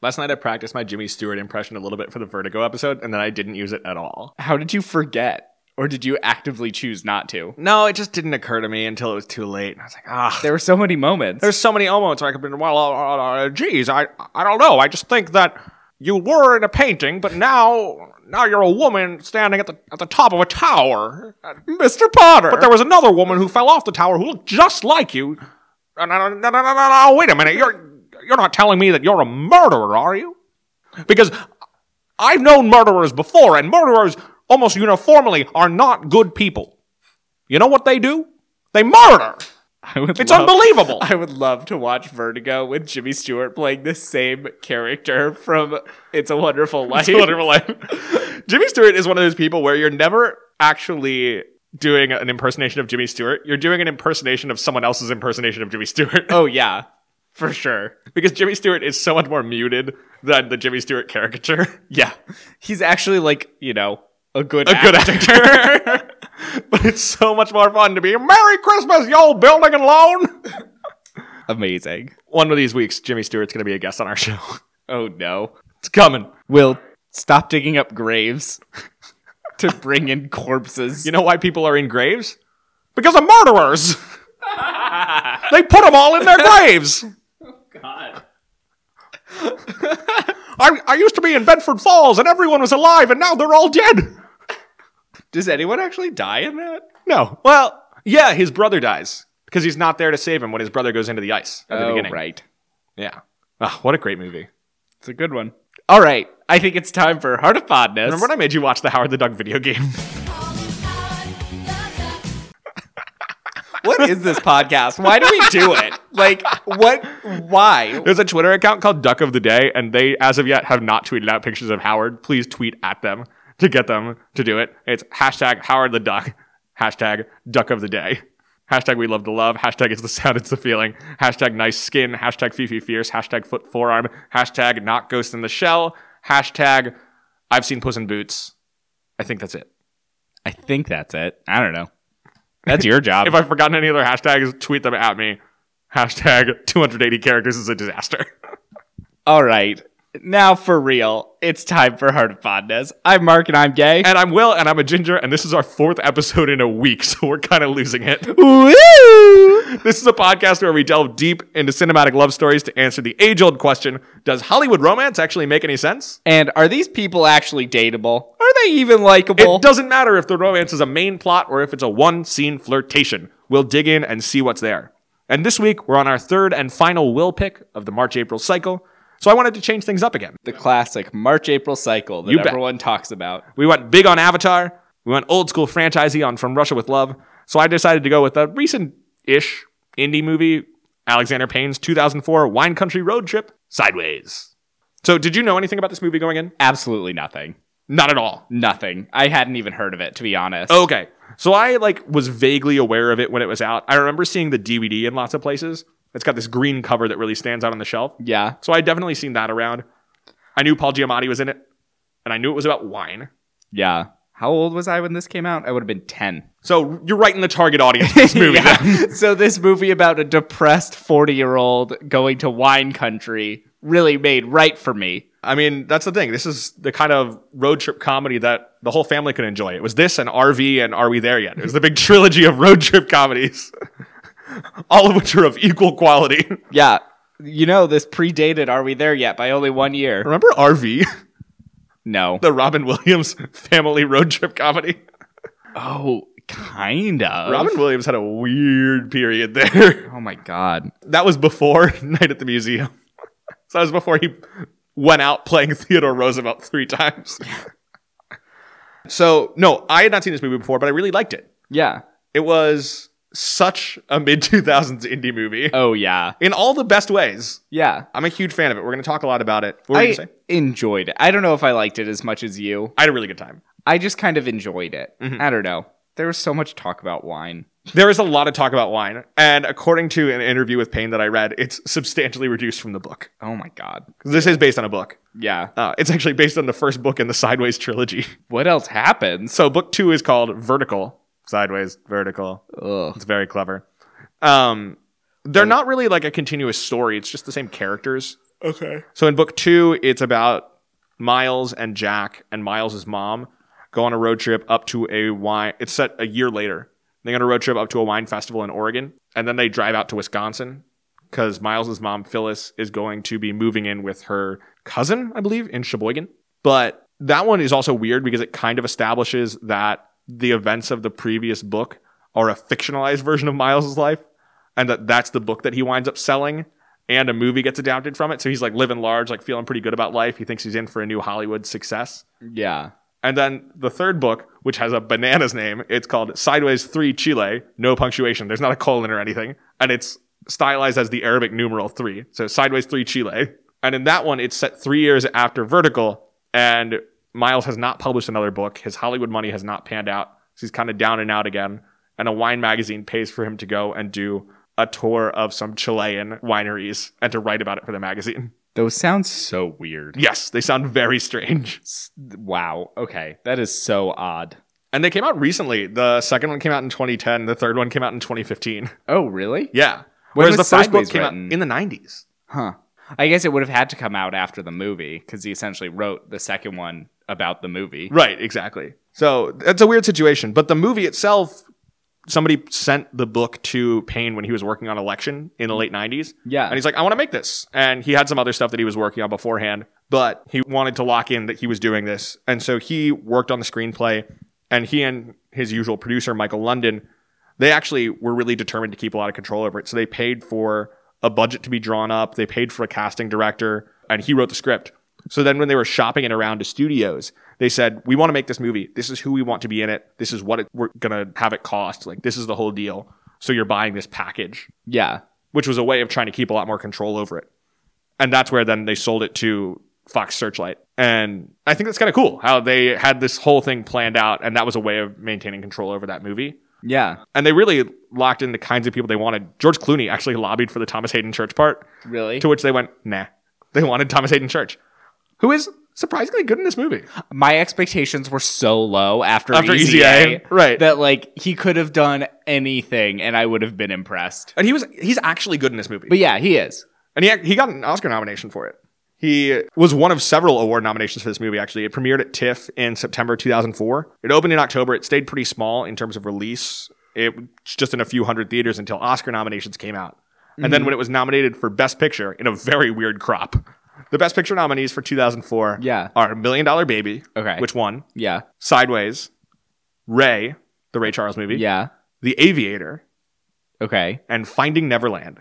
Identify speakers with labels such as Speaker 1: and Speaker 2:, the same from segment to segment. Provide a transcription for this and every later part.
Speaker 1: Last night I practiced my Jimmy Stewart impression a little bit for the Vertigo episode, and then I didn't use it at all.
Speaker 2: How did you forget? Or did you actively choose not to?
Speaker 1: No, it just didn't occur to me until it was too late. And I was like, ah.
Speaker 2: There were so many moments.
Speaker 1: There's so many moments where I could be, well, uh, uh, geez, I, I don't know. I just think that you were in a painting, but now, now you're a woman standing at the at the top of a tower. Uh,
Speaker 2: Mr. Potter.
Speaker 1: But there was another woman who fell off the tower who looked just like you. Uh, No, no, no, no, no, no, no, wait a minute. You're you're not telling me that you're a murderer, are you? Because I've known murderers before, and murderers almost uniformly are not good people. You know what they do? They murder.
Speaker 2: I would
Speaker 1: It's
Speaker 2: love-
Speaker 1: unbelievable.
Speaker 2: I would love to watch Vertigo with Jimmy Stewart playing the same character from It's a Wonderful Life.
Speaker 1: It's a Wonderful Life. Jimmy Stewart is one of those people where you're never actually doing an impersonation of Jimmy Stewart. You're doing an impersonation of someone else's impersonation of Jimmy Stewart.
Speaker 2: Oh yeah, for sure.
Speaker 1: because Jimmy Stewart is so much more muted than the Jimmy Stewart caricature.
Speaker 2: Yeah, he's actually like you know a good
Speaker 1: A good actor. but it's so much more fun to be Merry Christmas, yo building and loan.
Speaker 2: Amazing.
Speaker 1: One of these weeks, Jimmy Stewart's gonna be a guest on our show.
Speaker 2: Oh no,
Speaker 1: It's coming.
Speaker 2: Will stop digging up graves to bring in corpses.
Speaker 1: You know why people are in graves? Because of murderers. they put them all in their graves.
Speaker 2: God.
Speaker 1: I, I used to be in Bedford Falls and everyone was alive and now they're all dead.
Speaker 2: Does anyone actually die in that?
Speaker 1: No. Well, yeah, his brother dies because he's not there to save him when his brother goes into the ice at the
Speaker 2: oh
Speaker 1: beginning.
Speaker 2: right,
Speaker 1: Yeah. Ah, what a great movie.
Speaker 2: it's a good one. All right, I think it's time for Heart of Fondness.
Speaker 1: Remember when I made you watch the Howard the Duck video game?
Speaker 2: what is this podcast? Why do we do it? Like, what? Why?
Speaker 1: There's a Twitter account called Duck of the Day, and they, as of yet, have not tweeted out pictures of Howard. Please tweet at them to get them to do it. It's hashtag Howard the Duck, hashtag Duck of the Day, hashtag We Love to Love, hashtag It's the Sound, It's the Feeling, hashtag Nice Skin, hashtag Fifi Fierce, hashtag Foot Forearm, hashtag Not Ghost in the Shell, hashtag I've Seen Puss in Boots. I think that's it.
Speaker 2: I think that's it. I don't know. That's your job.
Speaker 1: If I've forgotten any other hashtags, tweet them at me. Hashtag 280 characters is a disaster.
Speaker 2: All right. Now for real, it's time for Heart of Fondness. I'm Mark and I'm gay.
Speaker 1: And I'm Will, and I'm a ginger, and this is our fourth episode in a week, so we're kind of losing it.
Speaker 2: Woo!
Speaker 1: This is a podcast where we delve deep into cinematic love stories to answer the age old question Does Hollywood romance actually make any sense?
Speaker 2: And are these people actually dateable? Are they even likable?
Speaker 1: It doesn't matter if the romance is a main plot or if it's a one scene flirtation. We'll dig in and see what's there. And this week, we're on our third and final Will pick of the March April cycle, so I wanted to change things up again.
Speaker 2: the classic March April cycle that
Speaker 1: You bet.
Speaker 2: everyone talks about.
Speaker 1: We went big on Avatar. We went old school franchisee on From Russia with Love. So I decided to go with a recent ish indie movie, Alexander Payne's 2004 Wine Country Road Trip, Sideways. So, did you know anything about this movie going in?
Speaker 2: Absolutely nothing.
Speaker 1: Not at all.
Speaker 2: Nothing. I hadn't even heard of it, to be honest.
Speaker 1: Okay. So I like was vaguely aware of it when it was out. I remember seeing the DVD in lots of places. It's got this green cover that really stands out on the shelf.
Speaker 2: Yeah.
Speaker 1: So I definitely seen that around. I knew Paul Giamatti was in it, and I knew it was about wine.
Speaker 2: Yeah. How old was I when this came out? I would have been 10.
Speaker 1: So you're right in the target audience for this movie.
Speaker 2: Yeah.
Speaker 1: then.
Speaker 2: so this movie about a depressed 40 year old going to wine country really made right for me.
Speaker 1: I mean, that's the thing. This is the kind of road trip comedy that the whole family could enjoy. It was this and RV and Are We There Yet? It was the big trilogy of road trip comedies, all of which are of equal quality.
Speaker 2: Yeah. You know, this predated Are We There Yet by only one year.
Speaker 1: Remember RV,
Speaker 2: No.
Speaker 1: the Robin Williams family road trip comedy?
Speaker 2: Oh, kind of.
Speaker 1: Robin Williams had a weird period there.
Speaker 2: Oh my God.
Speaker 1: That was before Night at the Museum. So that was before he went out playing Theodore Roosevelt three times. So, no, I had not seen this movie before, but I really liked it.
Speaker 2: Yeah.
Speaker 1: It was such a mid 2000s indie movie
Speaker 2: Oh, yeah.
Speaker 1: in all the best ways.
Speaker 2: Yeah.
Speaker 1: I'm a huge fan of it. We're going to talk a lot about it. What were you
Speaker 2: I
Speaker 1: gonna say?
Speaker 2: enjoyed it. I don't know if I liked it as much as you.
Speaker 1: I had a really good time.
Speaker 2: I just kind of enjoyed it. I don't know. There was so much talk about wine.
Speaker 1: There is a lot of talk about wine, and according to an interview with Payne that I read, it's substantially reduced from the book.
Speaker 2: Oh my God.
Speaker 1: 'Cause This is based on a book.
Speaker 2: Yeah.
Speaker 1: Uh, it's actually based on the first book in the Sideways trilogy.
Speaker 2: What else happens?
Speaker 1: So, book two is called Vertical. Sideways, vertical.
Speaker 2: Ugh.
Speaker 1: It's very clever. Um, they're not really like a continuous story, it's just the same characters.
Speaker 2: Okay.
Speaker 1: So in book two, it's about Miles and Jack and Miles's mom go on a road trip up to a wine. It's set a year later. They go on a road trip up to a wine festival in Oregon, and then they drive out to Wisconsin because Miles's mom Phyllis is going to be moving in with her cousin, I believe, in Sheboygan. But that one is also weird because it kind of establishes that the events of the previous book are a fictionalized version of Miles's life, and that that's the book that he winds up selling and a movie gets adapted from it. So he's like living large, like feeling pretty good about life. He thinks he's in for a new Hollywood success.
Speaker 2: Yeah.
Speaker 1: And then the third book, which has a bananas name, it's called Sideways 3 Chile, no punctuation. There's not a colon or anything. And it's stylized as the Arabic numeral 3. So Sideways 3 Chile. And in that one, it's set three years after Vertical. And Miles has not published another book. His Hollywood money has not panned out. So he's kind of down and out again. And a wine magazine pays for him to go and do a tour of some Chilean wineries and to write about it for the magazine.
Speaker 2: Those sound so weird.
Speaker 1: Yes, they sound very strange.
Speaker 2: S- Wow. Okay. That is so odd.
Speaker 1: And they came out recently. The second one came out in 2010. The third one came out in 2015.
Speaker 2: Oh, really?
Speaker 1: Yeah.
Speaker 2: When
Speaker 1: Whereas
Speaker 2: was
Speaker 1: the first book
Speaker 2: Sideways
Speaker 1: came
Speaker 2: written?
Speaker 1: out in the 90s.
Speaker 2: Huh. I guess it would have had to come out after the movie because he essentially wrote the second one about the movie.
Speaker 1: Right, exactly. So that's a weird situation. But the movie itself, somebody sent the book to Payne when he was working on Election in the late 90s.
Speaker 2: Yeah.
Speaker 1: And he's like, I want to make this. And he had some other stuff that he was working on beforehand, but he wanted to lock in that he was doing this. And so he worked on the screenplay, and he and his usual producer, Michael London, they actually were really determined to keep a lot of control over it. So they paid for a budget to be drawn up, they paid for a casting director, and he wrote the script. So then when they were shopping it around to studios, they said, We want to make this movie. This is who we want to be in it. This is what it, we're going to have it cost. Like, this is the whole deal. So you're buying this package
Speaker 2: yeah.
Speaker 1: which was a way of trying to keep a lot more control over it. And that's where then they sold it to Fox Searchlight. And I think that's kind of cool how they had this whole thing planned out, and that was a way of maintaining control over that movie.
Speaker 2: Yeah.
Speaker 1: And they really locked in the kinds of people they wanted. George Clooney actually lobbied for the Thomas Hayden Church part,
Speaker 2: Really?
Speaker 1: to which they went, nah. They wanted Thomas Hayden Church, who is surprisingly good in this movie.
Speaker 2: My expectations were so low after,
Speaker 1: After
Speaker 2: Easy
Speaker 1: EZA,
Speaker 2: A
Speaker 1: right.
Speaker 2: that like he could have done anything and I would have been impressed.
Speaker 1: And he was he's actually good in this movie.
Speaker 2: But yeah, he is.
Speaker 1: And he, he got an Oscar nomination for it. He was one of several award nominations for this movie, actually. It premiered at TIFF in September 2004. It opened in October. It stayed pretty small in terms of release. It was just in a few hundred theaters until Oscar nominations came out. And
Speaker 2: Mm-hmm.
Speaker 1: then when it was nominated for Best Picture in a very weird crop, the Best Picture nominees for 2004
Speaker 2: Yeah.
Speaker 1: are Million Dollar Baby,
Speaker 2: Okay.
Speaker 1: which won,
Speaker 2: Yeah.
Speaker 1: Sideways, Ray, the Ray Charles movie,
Speaker 2: Yeah.
Speaker 1: The Aviator,
Speaker 2: Okay.
Speaker 1: and Finding Neverland.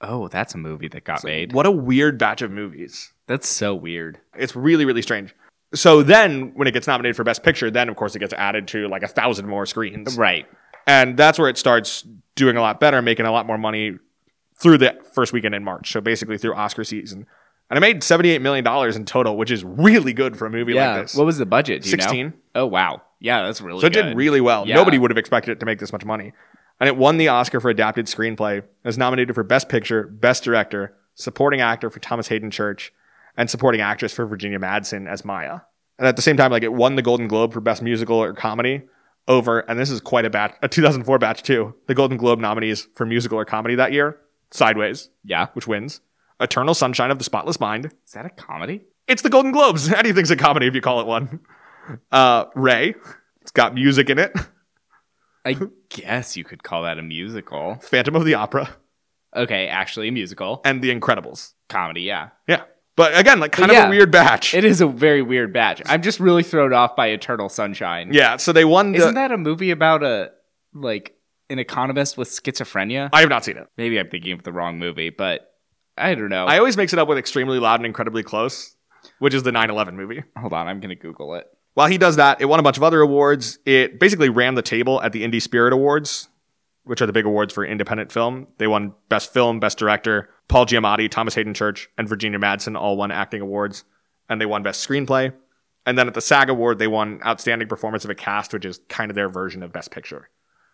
Speaker 2: Oh, that's a movie that got made.
Speaker 1: What a weird batch of movies.
Speaker 2: That's so weird.
Speaker 1: It's really, really strange. So then when it gets nominated for Best Picture, then of course it gets added to like a thousand more screens.
Speaker 2: Right.
Speaker 1: And that's where it starts doing a lot better, making a lot more money through the first weekend in March. So basically through Oscar season. And it made $78 million in total, which is really good for a movie
Speaker 2: Yeah.
Speaker 1: like this.
Speaker 2: What was the budget? Do you know?
Speaker 1: 16.
Speaker 2: Oh wow. Yeah, that's really
Speaker 1: So it
Speaker 2: good.
Speaker 1: did really well.
Speaker 2: Yeah.
Speaker 1: Nobody would have expected it to make this much money. And it won the Oscar for adapted screenplay. It was nominated for Best Picture, Best Director, Supporting Actor for Thomas Hayden Church, and Supporting Actress for Virginia Madsen as Maya. And at the same time, like it won the Golden Globe for Best Musical or Comedy over, and this is quite a batch, a 2004 batch too. The Golden Globe nominees for musical or comedy that year: Sideways,
Speaker 2: Yeah.
Speaker 1: which wins, Eternal Sunshine of the Spotless Mind,
Speaker 2: Is that a comedy?
Speaker 1: it's the Golden Globes. Anything's a comedy if you call it one. Uh, Ray, it's got music in it.
Speaker 2: I guess you could call that a musical.
Speaker 1: Phantom of the Opera
Speaker 2: Okay, actually a musical.
Speaker 1: and The Incredibles.
Speaker 2: Comedy, yeah.
Speaker 1: Yeah, but again, like kind
Speaker 2: But
Speaker 1: of
Speaker 2: yeah.
Speaker 1: a weird batch.
Speaker 2: It is a very weird batch. I'm just really thrown off by Eternal Sunshine.
Speaker 1: yeah, so they won. The,
Speaker 2: Isn't that a movie about a like an economist with schizophrenia?
Speaker 1: I have not seen it.
Speaker 2: Maybe I'm thinking of the wrong movie, but I don't know.
Speaker 1: I always mix it up with Extremely Loud and Incredibly Close, which is the 9/11 movie.
Speaker 2: Hold on, I'm gonna Google it.
Speaker 1: While he does that, it won a bunch of other awards. It basically ran the table at the Indie Spirit Awards, which are the big awards for independent film. They won Best Film, Best Director. Paul Giamatti, Thomas Hayden Church, and Virginia Madsen all won acting awards, and they won Best Screenplay. And then at the SAG Award, they won Outstanding Performance of a Cast, which is kind of their version of Best Picture.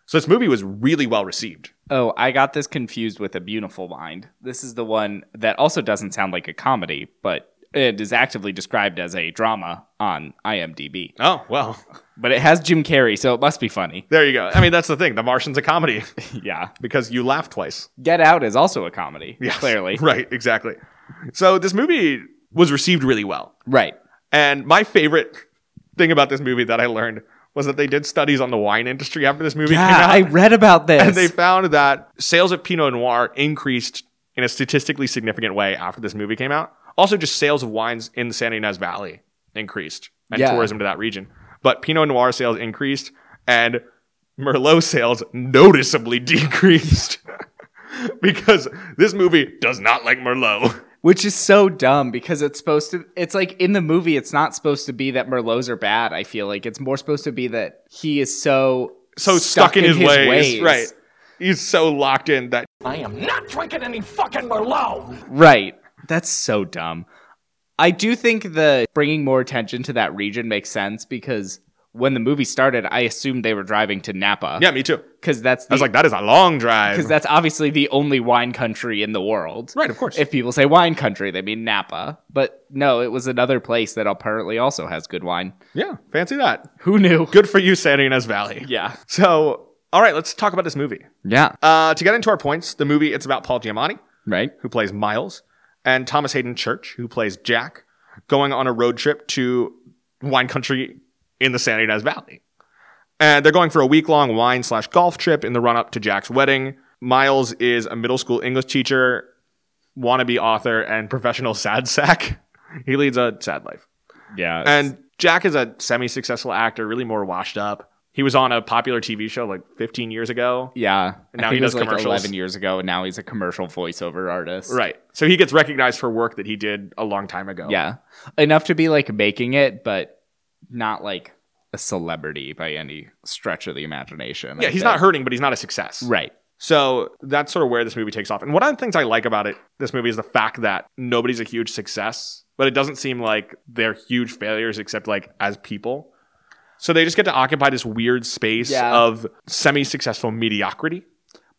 Speaker 1: So this movie was really well received.
Speaker 2: Oh, I got this confused with A Beautiful Mind. This is the one that also doesn't sound like a comedy, but it is actively described as a drama on IMDb.
Speaker 1: Oh, well.
Speaker 2: But it has Jim Carrey, so it must be funny.
Speaker 1: There you go. I mean, that's the thing. The Martian's a comedy
Speaker 2: yeah.
Speaker 1: because you laugh twice.
Speaker 2: Get Out is also a comedy,
Speaker 1: Yes.
Speaker 2: clearly.
Speaker 1: Right, exactly. So this movie was received really well.
Speaker 2: Right.
Speaker 1: And my favorite thing about this movie that I learned was that they did studies on the wine industry after this movie came
Speaker 2: Yeah,
Speaker 1: out.
Speaker 2: I read about this.
Speaker 1: and they found that sales of Pinot Noir increased in a statistically significant way after this movie came out. Also, just sales of wines in the San Ynez Valley increased and
Speaker 2: Yeah.
Speaker 1: tourism to that region. But Pinot Noir sales increased and Merlot sales noticeably decreased because this movie does not like Merlot.
Speaker 2: Which is so dumb because it's supposed to it's like in the movie it's not supposed to be that Merlots are bad, I feel like. It's more supposed to be that he is so
Speaker 1: So stuck, in, his, ways, Right. He's so locked in that
Speaker 3: I am not drinking any fucking Merlot.
Speaker 2: Right. That's so dumb. I do think the bringing more attention to that region makes sense because when the movie started, I assumed they were driving to Napa.
Speaker 1: Yeah, me too.
Speaker 2: Because that's
Speaker 1: I was
Speaker 2: the,
Speaker 1: like, that is a long
Speaker 2: because
Speaker 1: drive.
Speaker 2: that's obviously the only wine country in the world.
Speaker 1: right, of course.
Speaker 2: If people say wine country, they mean Napa. But no, it was another place that apparently also has good wine.
Speaker 1: yeah, fancy that.
Speaker 2: Who knew?
Speaker 1: Good for you, San Ynez Valley.
Speaker 2: Yeah.
Speaker 1: So, all right, let's talk about this movie.
Speaker 2: Yeah.
Speaker 1: Uh, to get into our points, the movie it's about Paul Giamatti,
Speaker 2: Right.
Speaker 1: who plays Miles, and Thomas Hayden Church, who plays Jack, going on a road trip to wine country in the San Ynez Valley. And they're going for a week long wine slash golf trip in the run up to Jack's wedding. Miles is a middle school English teacher, wannabe author, and professional sad sack. He leads a sad life.
Speaker 2: Yeah.
Speaker 1: And Jack is a semi successful actor, really more washed up. He was on a popular TV show like 15 years ago.
Speaker 2: yeah.
Speaker 1: And
Speaker 2: I
Speaker 1: now he
Speaker 2: think it was
Speaker 1: does commercials.
Speaker 2: Like Eleven years ago, and now he's a commercial voiceover artist.
Speaker 1: Right. So he gets recognized for work that he did a long time ago.
Speaker 2: Yeah. Enough to be like making it, but not like a celebrity by any stretch of the imagination. I
Speaker 1: Yeah, he's
Speaker 2: think.
Speaker 1: not hurting, but he's not a success.
Speaker 2: Right.
Speaker 1: So that's sort of where this movie takes off. And one of the things I like about it, this movie, is the fact that nobody's a huge success, but it doesn't seem like they're huge failures except like as people. So they just get to occupy this weird space
Speaker 2: Yeah.
Speaker 1: of semi successful mediocrity.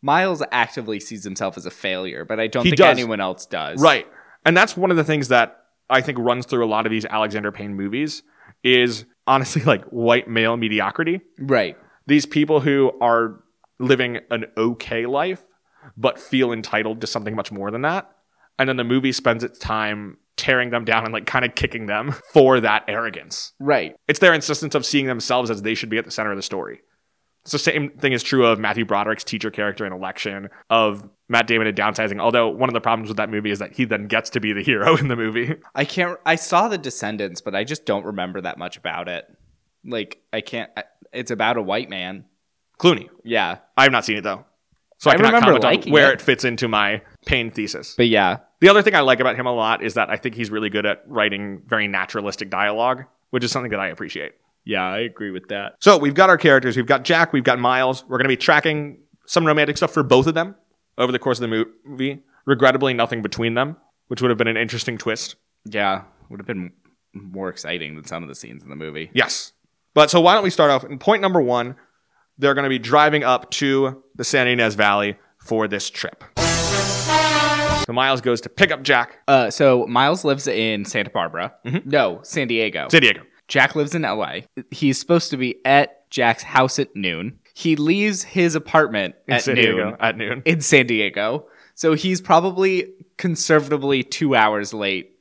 Speaker 2: Miles actively sees himself as a failure, but I don't
Speaker 1: He
Speaker 2: think
Speaker 1: does.
Speaker 2: anyone else does.
Speaker 1: Right. And that's one of the things that I think runs through a lot of these Alexander Payne movies is honestly like white male mediocrity.
Speaker 2: Right.
Speaker 1: These people who are living an okay life but feel entitled to something much more than that. And then the movie spends its time tearing them down and like kind of kicking them for that arrogance.
Speaker 2: Right.
Speaker 1: It's their insistence of seeing themselves as they should be at the center of the story. It's the same thing is true of Matthew Broderick's teacher character in Election, of Matt Damon in Downsizing. Although one of the problems with that movie is that he then gets to be the hero in the movie.
Speaker 2: I can't. I saw The Descendants, but I just don't remember that much about it. Like I can't. I, it's about a white man.
Speaker 1: Clooney.
Speaker 2: Yeah.
Speaker 1: I have not seen it though, so I,
Speaker 2: I
Speaker 1: cannot
Speaker 2: remember
Speaker 1: comment on
Speaker 2: liking
Speaker 1: where
Speaker 2: it.
Speaker 1: it. fits into my pain thesis.
Speaker 2: But yeah.
Speaker 1: The other thing I like about him a lot is that I think he's really good at writing very naturalistic dialogue, which is something that I appreciate.
Speaker 2: Yeah, I agree with that.
Speaker 1: So we've got our characters. We've got Jack. We've got Miles. We're going to be tracking some romantic stuff for both of them over the course of the movie. Regrettably, nothing between them, which would have been an interesting twist.
Speaker 2: Yeah, would have been more exciting than some of the scenes in the movie.
Speaker 1: Yes. But so why don't we start off in point number one? They're going to be driving up to the San Ynez Valley for this trip. So Miles goes to pick up Jack,
Speaker 2: Uh, so Miles lives in Santa Barbara. No, Mm-hmm. San Diego.
Speaker 1: San Diego.
Speaker 2: Jack lives in LA. He's supposed to be at Jack's house at noon. He leaves his apartment at
Speaker 1: San
Speaker 2: noon
Speaker 1: Diego at noon.
Speaker 2: in San Diego. So he's probably conservatively two hours late,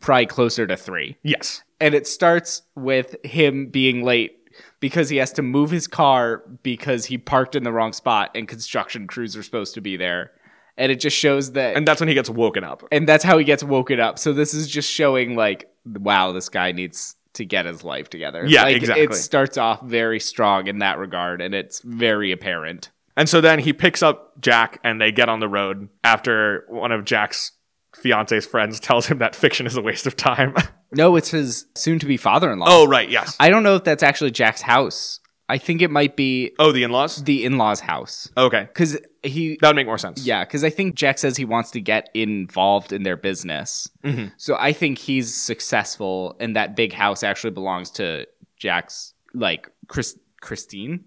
Speaker 2: probably closer to three.
Speaker 1: Yes.
Speaker 2: And it starts with him being late because he has to move his car because he parked in the wrong spot and construction crews are supposed to be there. And it just shows that
Speaker 1: And that's when he gets woken up.
Speaker 2: and that's how he gets woken up. So this is just showing like, wow, this guy needs to get his life together.
Speaker 1: Yeah,
Speaker 2: like,
Speaker 1: exactly.
Speaker 2: It starts off very strong in that regard, and it's very apparent.
Speaker 1: And so then he picks up Jack and they get on the road after one of Jack's fiance's friends tells him that fiction is a waste of time.
Speaker 2: No, it's his soon-to-be father-in-law.
Speaker 1: oh, right. Yes.
Speaker 2: I don't know if that's actually Jack's house. I think it might be
Speaker 1: Oh, the in laws?
Speaker 2: the in-laws' house
Speaker 1: Okay.
Speaker 2: because he.
Speaker 1: That would make more sense.
Speaker 2: Yeah, because I think Jack says he wants to get involved in their business.
Speaker 1: Mm-hmm.
Speaker 2: So I think he's successful, and that big house actually belongs to Jack's, like, Chris- Christine?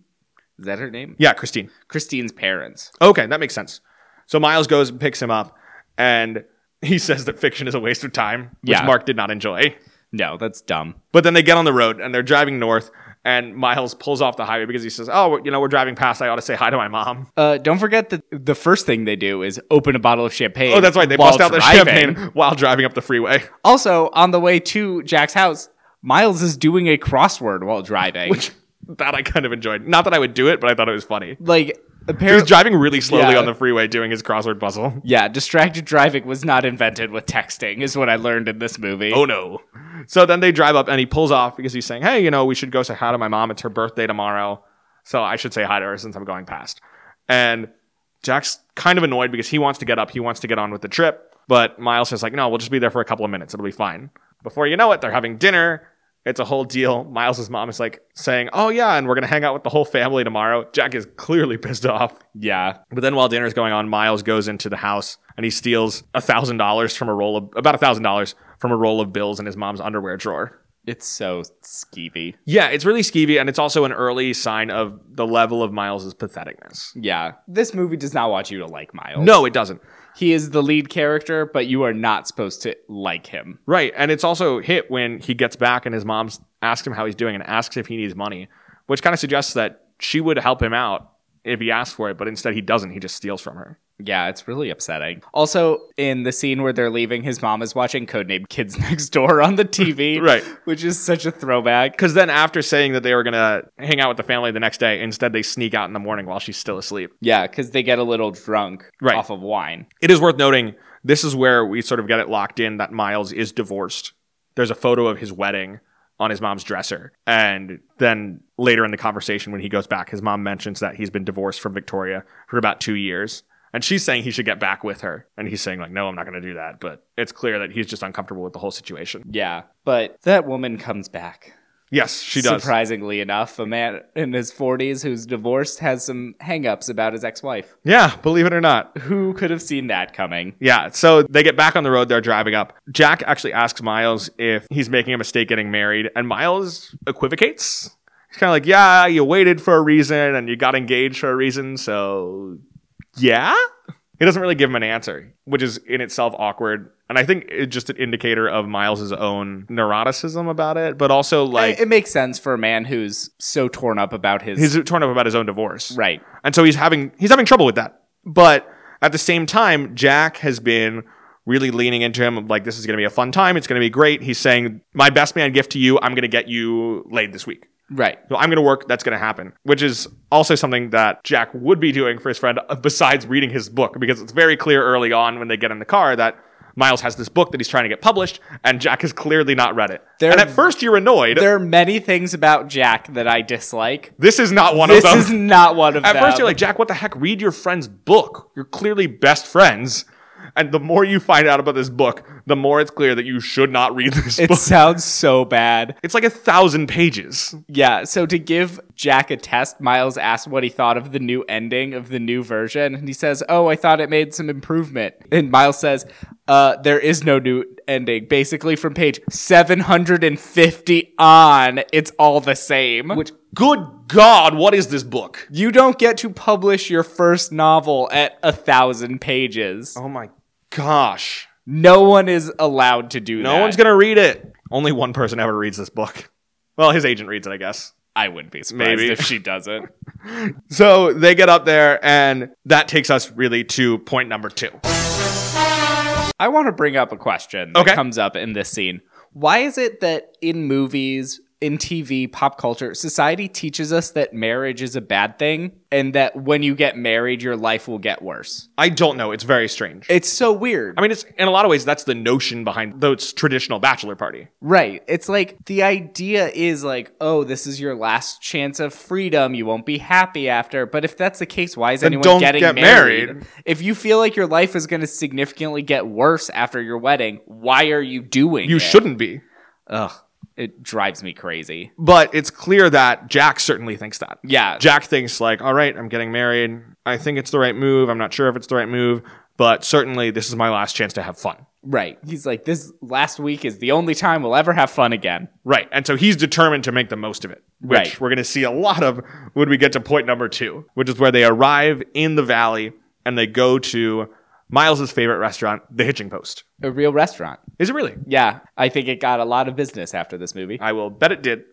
Speaker 2: Is that her name?
Speaker 1: Yeah, Christine.
Speaker 2: Christine's parents.
Speaker 1: Okay, that makes sense. So Miles goes and picks him up, and he says that fiction is a waste of time, which
Speaker 2: Yeah.
Speaker 1: Mark did not enjoy.
Speaker 2: No, that's dumb.
Speaker 1: But then they get on the road and they're driving north, And Miles pulls off the highway because he says, "Oh, you know, we're driving past. I ought to say hi to my mom."
Speaker 2: Uh, don't forget that the first thing they do is open a bottle of champagne.
Speaker 1: Oh, that's right. They
Speaker 2: while
Speaker 1: bust out the
Speaker 2: driving.
Speaker 1: champagne while driving up the freeway,
Speaker 2: Also, on the way to Jack's house, Miles is doing a crossword while driving.
Speaker 1: which that I kind of enjoyed. Not that I would do it, but I thought it was funny.
Speaker 2: like,
Speaker 1: He was
Speaker 2: apparently,
Speaker 1: driving really slowly
Speaker 2: Yeah.
Speaker 1: on the freeway doing his crossword puzzle.
Speaker 2: yeah, distracted driving was not invented with texting, is what I learned in this movie.
Speaker 1: Oh no. So then they drive up and he pulls off because he's saying, Hey, you know, we should go say hi to my mom. It's her birthday tomorrow. So I should say hi to her since I'm going past. And Jack's kind of annoyed because he wants to get up. He wants to get on with the trip. But Miles is like, No, we'll just be there for a couple of minutes. It'll be fine. Before you know it, they're having dinner. It's a whole deal. Miles's mom is like saying, Oh, yeah, and we're going to hang out with the whole family tomorrow. Jack is clearly pissed off.
Speaker 2: Yeah.
Speaker 1: But then while dinner's going on, Miles goes into the house and he steals thousand dollars from a roll of about thousand dollars from a roll of bills in his mom's underwear drawer.
Speaker 2: It's so skeevy.
Speaker 1: Yeah, it's really skeevy, and it's also an early sign of the level of Miles's patheticness.
Speaker 2: Yeah. This movie does not want you to like Miles.
Speaker 1: No, it doesn't.
Speaker 2: He is the lead character, but you are not supposed to like him.
Speaker 1: Right, and it's also hit when he gets back and his mom's asks him how he's doing and asks if he needs money, which kind of suggests that she would help him out if he asked for it, but instead he doesn't. He just steals from her.
Speaker 2: Yeah, it's really upsetting. Also, in the scene where they're leaving, his mom is watching Codename Kids Next Door on the TV.
Speaker 1: Right.
Speaker 2: Which is such a throwback.
Speaker 1: Because then, after saying that they were gonna hang out with the family the next day, instead they sneak out in the morning while she's still asleep.
Speaker 2: Yeah, because they get a little drunk
Speaker 1: Right.
Speaker 2: off of wine.
Speaker 1: it is worth noting this is where we sort of get it locked in that Miles is divorced. There's a photo of his wedding on his mom's dresser. And then later in the conversation, when he goes back, his mom mentions that he's been divorced from Victoria for about two years. And she's saying he should get back with her. And he's saying, like, no, I'm not going to do that. But it's clear that he's just uncomfortable with the whole situation.
Speaker 2: Yeah, but that woman comes back.
Speaker 1: Yes, she does.
Speaker 2: Surprisingly enough, a man in his 40s who's divorced has some hangups about his ex wife.
Speaker 1: Yeah, believe it or not.
Speaker 2: Who could have seen that coming?
Speaker 1: Yeah, so they get back on the road. They're driving up. Jack actually asks Miles if he's making a mistake getting married, and Miles equivocates. He's kind of like, "Yeah, you waited for a reason, and you got engaged for a reason, so yeah." He doesn't really give him an answer, which is in itself awkward, and I think it's just an indicator of Miles's own neuroticism about it, but also like
Speaker 2: It- it makes sense for a man who's so torn up about his.
Speaker 1: he's torn up about his own divorce,
Speaker 2: right.
Speaker 1: and so he's having he's having trouble with that. But at the same time, Jack has been really leaning into him of, like this is going to be a fun time. It's going to be great. He's saying, "My best man gift to you. I'm going to get you laid this week.
Speaker 2: Right.
Speaker 1: So I'm going to work. That's going to happen." Which is also something that Jack would be doing for his friend uh, besides reading his book because it's very clear early on when they get in the car that Miles has this book that he's trying to get published and Jack has clearly not read it.
Speaker 2: There-
Speaker 1: and at first you're annoyed.
Speaker 2: There are many things about Jack that I dislike.
Speaker 1: this is not one
Speaker 2: This
Speaker 1: of them.
Speaker 2: is not one of
Speaker 1: At
Speaker 2: them.
Speaker 1: first, you're like, Jack, what the heck? Read your friend's book. You're clearly best friends. And the more you find out about this book, the more it's clear that you should not read this
Speaker 2: it
Speaker 1: book.
Speaker 2: sounds so bad.
Speaker 1: It's like a thousand pages.
Speaker 2: Yeah, so to give Jack a test, Miles asked what he thought of the new ending of the new version, and he says, "Oh, I thought it made some improvement." And Miles says, "Uh, there is no new ending. Basically, from page 750 on, it's all the same."
Speaker 1: Which, good God, what is this book?
Speaker 2: you don't get to publish your first novel at a thousand pages.
Speaker 1: Oh my gosh.
Speaker 2: No one is allowed to do
Speaker 1: No
Speaker 2: that.
Speaker 1: one's going to read it. Only one person ever reads this book. Well, his agent reads it, I guess.
Speaker 2: I wouldn't be surprised
Speaker 1: Maybe.
Speaker 2: if she doesn't.
Speaker 1: So they get up there, and that takes us really to point number two.
Speaker 2: I want to bring up a question that
Speaker 1: Okay.
Speaker 2: comes up in this scene. Why is it that in movies, in TV, pop culture, society teaches us that marriage is a bad thing and that when you get married, your life will get worse?
Speaker 1: I don't know. It's very strange.
Speaker 2: It's so weird.
Speaker 1: I mean, it's in a lot of ways, that's the notion behind the traditional bachelor party.
Speaker 2: Right. It's like the idea is like, oh, this is your last chance of freedom. You won't be happy after. But if that's the case, why is anyone
Speaker 1: don't
Speaker 2: getting
Speaker 1: get
Speaker 2: married?
Speaker 1: married.
Speaker 2: If you feel like your life is going to significantly get worse after your wedding, why are you doing
Speaker 1: You
Speaker 2: it?
Speaker 1: shouldn't be.
Speaker 2: Ugh. It drives me crazy.
Speaker 1: But it's clear that Jack certainly thinks that.
Speaker 2: Yeah.
Speaker 1: Jack thinks like, all right, I'm getting married. I think it's the right move. I'm not sure if it's the right move, but certainly this is my last chance to have fun.
Speaker 2: Right. He's like, this last week is the only time we'll ever have fun again.
Speaker 1: Right. And so he's determined to make the most of it, which
Speaker 2: Right.
Speaker 1: we're going to see a lot of when we get to point number two, which is where they arrive in the valley and they go to Miles's favorite restaurant, the Hitching Post.
Speaker 2: A real restaurant.
Speaker 1: Is it really?
Speaker 2: Yeah. I think it got a lot of business after this movie.
Speaker 1: I will bet it did.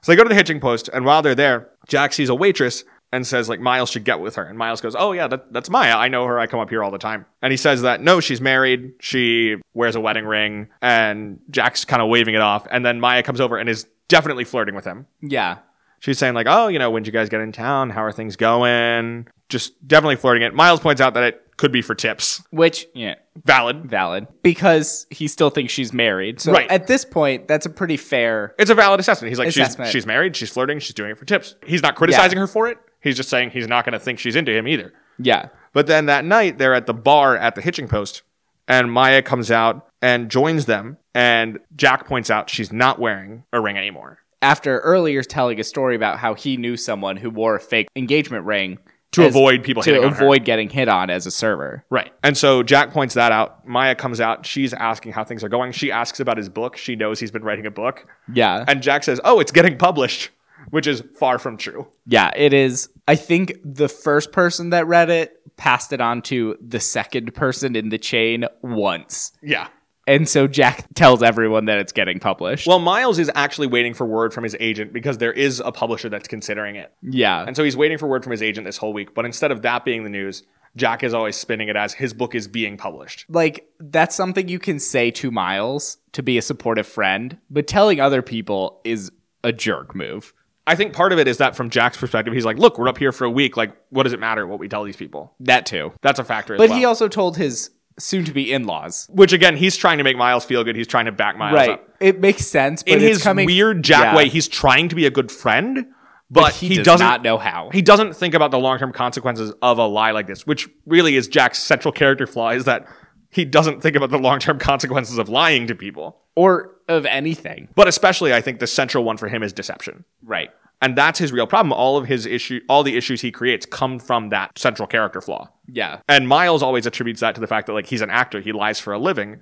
Speaker 1: So they go to the hitching post, and while they're there, Jack sees a waitress and says, like, Miles should get with her. And Miles goes, Oh, yeah, that, that's Maya. I know her. I come up here all the time. And he says that, No, she's married. She wears a wedding ring. And Jack's kind of waving it off. And then Maya comes over and is definitely flirting with him.
Speaker 2: Yeah.
Speaker 1: She's saying, like, Oh, you know, when did you guys get in town? How are things going? Just definitely flirting it. Miles points out that it could be for tips.
Speaker 2: Which, yeah,
Speaker 1: Valid.
Speaker 2: valid. Because he still thinks she's married. So
Speaker 1: Right.
Speaker 2: at this point, that's a pretty fair.
Speaker 1: It's a valid assessment. He's like,
Speaker 2: Assessment.
Speaker 1: She's, she's married. She's flirting. She's doing it for tips. He's not criticizing her for it. He's just saying he's not going to think she's into him either.
Speaker 2: Yeah.
Speaker 1: But then that night, they're at the bar at the hitching post, and Maya comes out and joins them. And Jack points out she's not wearing a ring anymore
Speaker 2: After earlier telling a story about how he knew someone who wore a fake engagement ring
Speaker 1: to
Speaker 2: as-
Speaker 1: avoid people
Speaker 2: to
Speaker 1: hitting on her.
Speaker 2: avoid getting hit on as a server.
Speaker 1: Right. And so Jack points that out. Maya comes out. She's asking how things are going. She asks about his book. She knows he's been writing a book.
Speaker 2: Yeah.
Speaker 1: And Jack says, Oh, it's getting published, which is far from true.
Speaker 2: Yeah, it is. I think the first person that read it passed it on to the second person in the chain once.
Speaker 1: Yeah.
Speaker 2: And so Jack tells everyone that it's getting published.
Speaker 1: Well, Miles is actually waiting for word from his agent because there is a publisher that's considering it.
Speaker 2: yeah.
Speaker 1: And so he's waiting for word from his agent this whole week. But instead of that being the news, Jack is always spinning it as his book is being published.
Speaker 2: like that's something you can say to Miles to be a supportive friend, but telling other people is a jerk move.
Speaker 1: I think part of it is that from Jack's perspective, he's like, look, we're up here for a week. Like, what does it matter what we tell these people?
Speaker 2: That too.
Speaker 1: That's a factor as
Speaker 2: But
Speaker 1: well.
Speaker 2: he also told his soon to be in laws.
Speaker 1: Which again, he's trying to make Miles feel good. He's trying to back Miles
Speaker 2: Right.
Speaker 1: up.
Speaker 2: It makes sense. But
Speaker 1: In
Speaker 2: it's
Speaker 1: his
Speaker 2: coming,
Speaker 1: weird Jack
Speaker 2: Yeah.
Speaker 1: way, he's trying to be a good friend, but,
Speaker 2: But
Speaker 1: he,
Speaker 2: he, does
Speaker 1: doesn't
Speaker 2: not know how.
Speaker 1: he doesn't think about the long-term consequences of a lie like this, which really is Jack's central character flaw is that he doesn't think about the long-term consequences of lying to people.
Speaker 2: or of anything.
Speaker 1: But especially I think the central one for him is deception.
Speaker 2: Right.
Speaker 1: And that's his real problem. All of his issue all the issues he creates come from that central character flaw.
Speaker 2: Yeah.
Speaker 1: And Miles always attributes that to the fact that like he's an actor, he lies for a living,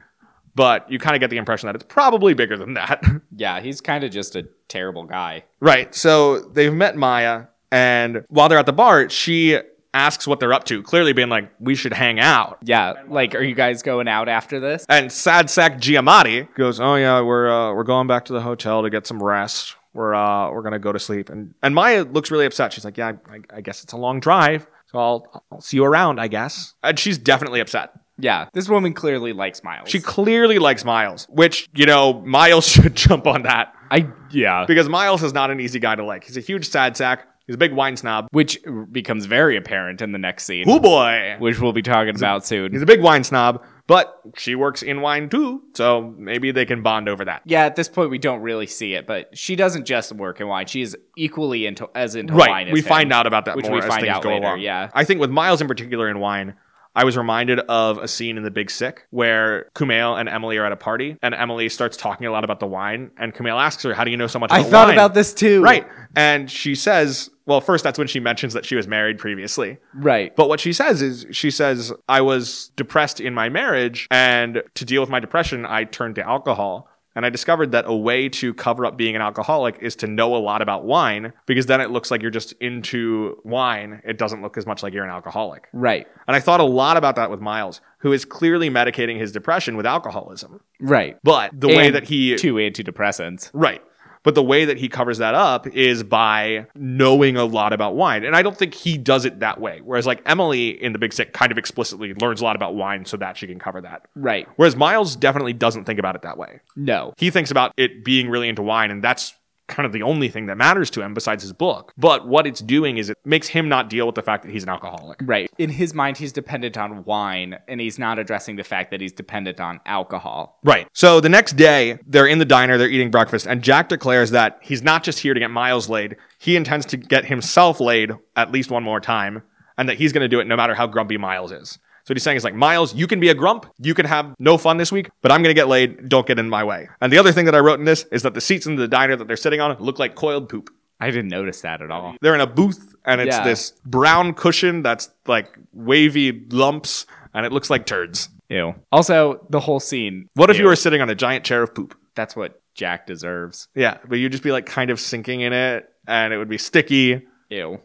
Speaker 1: but you kind of get the impression that it's probably bigger than that.
Speaker 2: Yeah, he's kind of just a terrible guy.
Speaker 1: right. So they've met Maya and while they're at the bar, she asks what they're up to, clearly being like we should hang out.
Speaker 2: Yeah, like, are you guys going out after this?
Speaker 1: And sad sack Giamatti goes, "Oh yeah, we're uh, we're going back to the hotel to get some rest. We're uh, we're gonna go to sleep." And and Maya looks really upset. She's like, "Yeah, I, I guess it's a long drive, so I'll I'll see you around, I guess." And she's definitely upset.
Speaker 2: Yeah, this woman clearly likes Miles.
Speaker 1: She clearly likes Miles, which you know Miles should jump on that
Speaker 2: I yeah,
Speaker 1: because Miles is not an easy guy to like. He's a huge sad sack. He's a big wine snob.
Speaker 2: which becomes very apparent in the next scene,
Speaker 1: Ooh boy,
Speaker 2: which we'll be talking about
Speaker 1: he's
Speaker 2: soon.
Speaker 1: a big wine snob. But she works in wine too, so maybe they can bond over that.
Speaker 2: Yeah, at this point we don't really see it, but she doesn't just work in wine; she is equally into as into
Speaker 1: right.
Speaker 2: wine. As
Speaker 1: we
Speaker 2: him.
Speaker 1: find out about that
Speaker 2: which
Speaker 1: more
Speaker 2: we
Speaker 1: as
Speaker 2: find
Speaker 1: things
Speaker 2: out
Speaker 1: go
Speaker 2: later,
Speaker 1: along.
Speaker 2: yeah.
Speaker 1: I think with Miles in particular in wine, I was reminded of a scene in The Big Sick where Kumail and Emily are at a party, and Emily starts talking a lot about the wine, and Kumail asks her, "How do you know so much?"
Speaker 2: I
Speaker 1: about
Speaker 2: thought
Speaker 1: wine?"
Speaker 2: about this too.
Speaker 1: Right, and she says, "Well, first, that's when she mentions that she was married previously."
Speaker 2: right.
Speaker 1: But what she says is, she says, I was depressed in my marriage, and to deal with my depression, I turned to alcohol. And I discovered that a way to cover up being an alcoholic is to know a lot about wine, because then it looks like you're just into wine. It doesn't look as much like you're an alcoholic.
Speaker 2: Right.
Speaker 1: And I thought a lot about that with Miles, who is clearly medicating his depression with alcoholism.
Speaker 2: Right.
Speaker 1: But the way
Speaker 2: And
Speaker 1: that he.
Speaker 2: two antidepressants.
Speaker 1: Right. But the way that he covers that up is by knowing a lot about wine. And I don't think he does it that way. Whereas, like, Emily in The Big Sick kind of explicitly learns a lot about wine so that she can cover that.
Speaker 2: Right.
Speaker 1: Whereas Miles definitely doesn't think about it that way.
Speaker 2: No.
Speaker 1: He thinks about it being really into wine, and that's kind of the only thing that matters to him besides his book. But what it's doing is it makes him not deal with the fact that he's an alcoholic.
Speaker 2: Right. In his mind, he's dependent on wine, and he's not addressing the fact that he's dependent on alcohol.
Speaker 1: Right. So the next day, they're in the diner, they're eating breakfast, and Jack declares that he's not just here to get Miles laid. He intends to get himself laid at least one more time, and that he's going to do it no matter how grumpy Miles is. So what he's saying is like, Miles, you can be a grump, you can have no fun this week, but I'm going to get laid. Don't get in my way. And the other thing that I wrote in this is that the seats in the diner that they're sitting on look like coiled poop.
Speaker 2: I didn't notice that at all.
Speaker 1: They're in a booth, and it's
Speaker 2: Yeah.
Speaker 1: this brown cushion that's like wavy lumps, and it looks like turds.
Speaker 2: Ew. Also, the whole scene.
Speaker 1: What if you
Speaker 2: Ew.
Speaker 1: were sitting on a giant chair of poop?
Speaker 2: That's what Jack deserves.
Speaker 1: Yeah, but you'd just be like kind of sinking in it, and it would be sticky.
Speaker 2: Ew.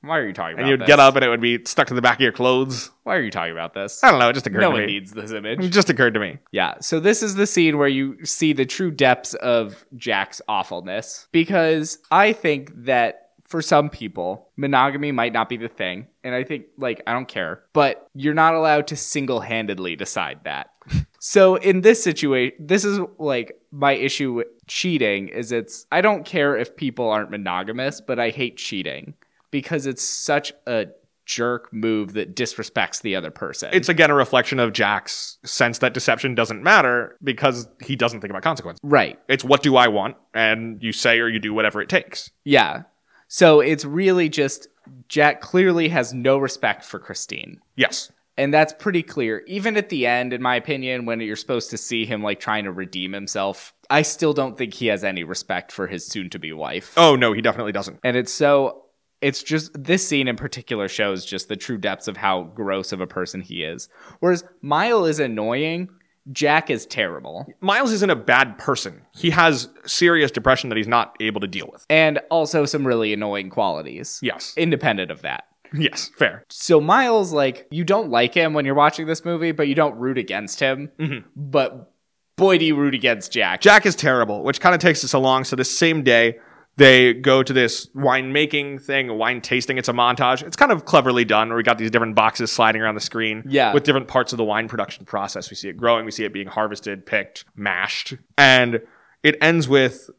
Speaker 2: Why are you talking about
Speaker 1: and you'd
Speaker 2: this?
Speaker 1: get up and it would be stuck to the back of your clothes.
Speaker 2: Why are you talking about this?
Speaker 1: I don't know. It just occurred
Speaker 2: No
Speaker 1: to
Speaker 2: one
Speaker 1: me.
Speaker 2: needs this
Speaker 1: It
Speaker 2: image.
Speaker 1: just occurred to me.
Speaker 2: Yeah. So this is the scene where you see the true depths of Jack's awfulness because I think that for some people, monogamy might not be the thing. And I think, like, I don't care, but you're not allowed to single handedly decide that. so in this situation, this is like my issue with cheating is it's, I don't care if people aren't monogamous, but I hate cheating because it's such a jerk move that disrespects the other person.
Speaker 1: It's again a reflection of Jack's sense that deception doesn't matter because he doesn't think about consequences.
Speaker 2: right.
Speaker 1: It's what do I want? And you say or you do whatever it takes.
Speaker 2: Yeah. So it's really just Jack clearly has no respect for Christine.
Speaker 1: Yes.
Speaker 2: And that's pretty clear. Even at the end, in my opinion, when you're supposed to see him like trying to redeem himself, I still don't think he has any respect for his soon to be wife.
Speaker 1: Oh, no, he definitely doesn't.
Speaker 2: And it's so it's just this scene in particular shows just the true depths of how gross of a person he is. Whereas Mile is annoying, Jack is terrible.
Speaker 1: Miles isn't a bad person. He has serious depression that he's not able to deal with.
Speaker 2: And also some really annoying qualities.
Speaker 1: Yes.
Speaker 2: Independent of that.
Speaker 1: Yes. Fair.
Speaker 2: so Miles, like, you don't like him when you're watching this movie, but you don't root against him. But boy, do you root against Jack.
Speaker 1: Mm-hmm. Jack is terrible, which kind of takes us along. So this same day, they go to this winemaking thing, wine tasting. It's a montage. It's kind of cleverly done, where we got these different boxes sliding around the screen,
Speaker 2: Yeah.
Speaker 1: with different parts of the wine production process. We see it growing, we see it being harvested, picked, mashed, and it ends with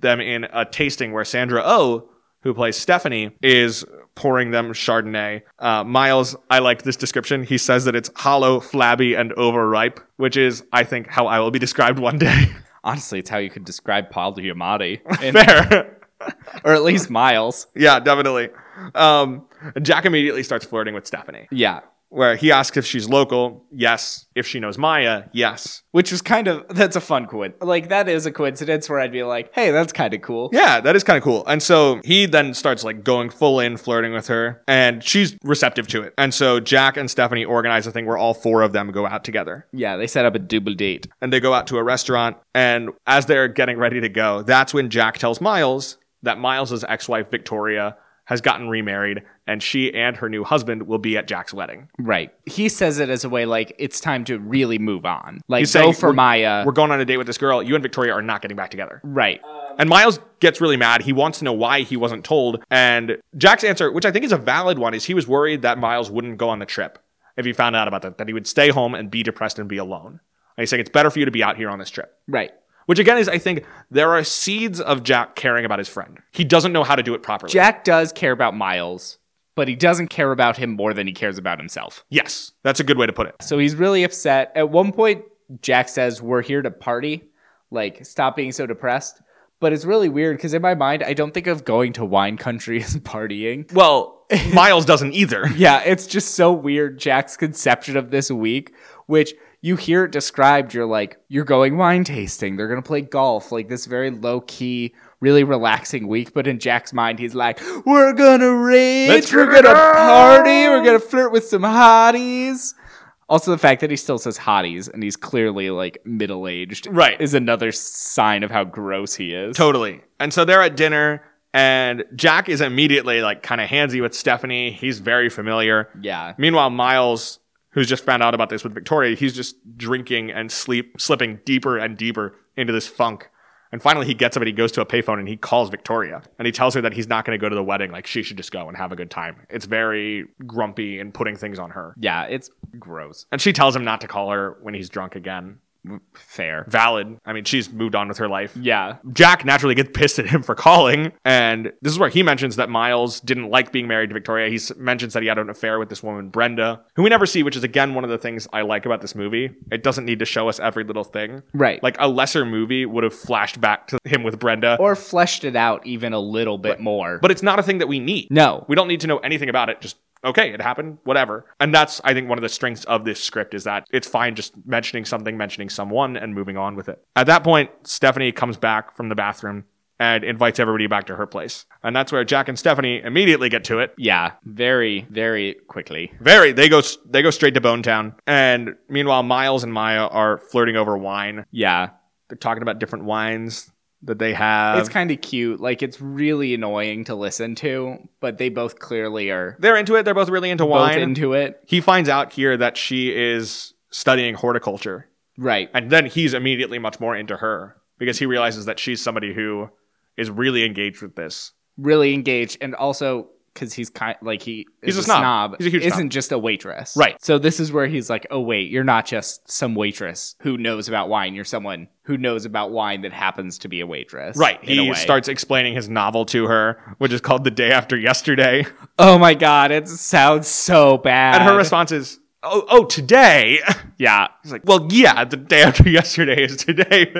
Speaker 1: them in a tasting where Sandra Oh, who plays Stephanie, is pouring them Chardonnay. Uh, Miles, I liked this description. He says that it's hollow, flabby, and overripe, which is, I think, how I will be described one day.
Speaker 2: Honestly, it's how you could describe Paul Giamatti, And-
Speaker 1: Fair.
Speaker 2: or at least Miles.
Speaker 1: yeah, definitely. Um, Jack immediately starts flirting with Stephanie,
Speaker 2: Yeah.
Speaker 1: where he asks if she's local. Yes. If she knows Maya, yes.
Speaker 2: Which was kind of, that's a fun coincidence. Like, that is a coincidence where I'd be like, hey, that's kind of cool.
Speaker 1: Yeah, that is kind of cool. And so he then starts like going full in flirting with her, and she's receptive to it. And so Jack and Stephanie organize a thing where all four of them go out together.
Speaker 2: Yeah, they set up a double date.
Speaker 1: And they go out to a restaurant, and as they're getting ready to go, that's when Jack tells Miles that Miles's ex-wife Victoria has gotten remarried, and she and her new husband will be at Jack's wedding.
Speaker 2: Right. He says it as a way like, it's time to really move on. Like,
Speaker 1: He's
Speaker 2: go
Speaker 1: saying,
Speaker 2: for
Speaker 1: "We're-
Speaker 2: Maya.
Speaker 1: Uh, We're going on a date with this girl. You and Victoria are not getting back together.
Speaker 2: right.
Speaker 1: And Miles gets really mad. He wants to know why he wasn't told. And Jack's answer, which I think is a valid one, is he was worried that Miles wouldn't go on the trip if he found out about that, that he would stay home and be depressed and be alone. And he's saying it's better for you to be out here on this trip.
Speaker 2: right.
Speaker 1: Which again is, I think, there are seeds of Jack caring about his friend. He doesn't know how to do it properly.
Speaker 2: Jack does care about Miles, but he doesn't care about him more than he cares about himself.
Speaker 1: yes, that's a good way to put it.
Speaker 2: So he's really upset. At one point, Jack says, We're here to party. Like, stop being so depressed. But it's really weird because in my mind, I don't think of going to wine country as partying.
Speaker 1: Well, Miles doesn't either.
Speaker 2: Yeah, it's just so weird, Jack's conception of this week, which you hear it described. You're like, You're going wine tasting. They're going to play golf. Like, this very low key, really relaxing week. But in Jack's mind, he's like, We're going to rage.
Speaker 1: Let's
Speaker 2: we're
Speaker 1: get
Speaker 2: going
Speaker 1: it
Speaker 2: to
Speaker 1: on."
Speaker 2: party. We're going to flirt with some hotties. Also, the fact that he still says hotties and he's clearly like middle aged,
Speaker 1: Right.
Speaker 2: is another sign of how gross he is.
Speaker 1: Totally. And so they're at dinner, and Jack is immediately like kind of handsy with Stephanie. He's very familiar.
Speaker 2: Yeah,
Speaker 1: Meanwhile, Miles, who's just found out about this with Victoria, he's just drinking and sleep slipping deeper and deeper into this funk. And finally, he gets up and he goes to a payphone and he calls Victoria and he tells her that he's not going to go to the wedding. Like she should just go and have a good time. It's very grumpy and putting things on her.
Speaker 2: yeah, it's gross.
Speaker 1: And she tells him not to call her when he's drunk again.
Speaker 2: Fair.
Speaker 1: Valid. I mean, she's moved on with her life.
Speaker 2: Yeah,
Speaker 1: Jack naturally gets pissed at him for calling, and this is where he mentions that Miles didn't like being married to Victoria. He s- mentions that he had an affair with this woman, Brenda, who we never see, which is again one of the things I like about this movie. It doesn't need to show us every little thing.
Speaker 2: Right.
Speaker 1: Like a lesser movie would have flashed back to him with Brenda,
Speaker 2: or fleshed it out even a little bit more.
Speaker 1: but it's not a thing that we need.
Speaker 2: No.
Speaker 1: We don't need to know anything about it. Just, okay, it happened, whatever. And that's, I think, one of the strengths of this script is that it's fine just mentioning something, mentioning someone, and moving on with it. At that point, Stephanie comes back from the bathroom and invites everybody back to her place. And that's where Jack and Stephanie immediately get to it.
Speaker 2: Yeah, very, very quickly.
Speaker 1: Very, they go they go straight to Bone Town. And meanwhile, Miles and Maya are flirting over wine.
Speaker 2: Yeah.
Speaker 1: They're talking about different wines. that they have.
Speaker 2: it's kind of cute. Like it's really annoying to listen to, but they both clearly are
Speaker 1: they're into it. They're both really into
Speaker 2: both
Speaker 1: wine.
Speaker 2: into it.
Speaker 1: he finds out here that she is studying horticulture,
Speaker 2: Right.
Speaker 1: and then he's immediately much more into her because he realizes that she's somebody who is really engaged with this.
Speaker 2: Really engaged and also because he's kind like he
Speaker 1: He's a
Speaker 2: is
Speaker 1: snob. He's a huge
Speaker 2: isn't
Speaker 1: snob.
Speaker 2: just a waitress
Speaker 1: Right.
Speaker 2: so this is where he's like oh wait you're not just some waitress who knows about wine you're someone who knows about wine that happens to be a waitress
Speaker 1: Right.
Speaker 2: in a
Speaker 1: He
Speaker 2: way.
Speaker 1: starts explaining his novel to her, which is called The Day After Yesterday.
Speaker 2: oh my god it sounds so bad
Speaker 1: And her response is, Oh, oh, today.
Speaker 2: yeah
Speaker 1: He's like, Well, yeah, the day after yesterday is today.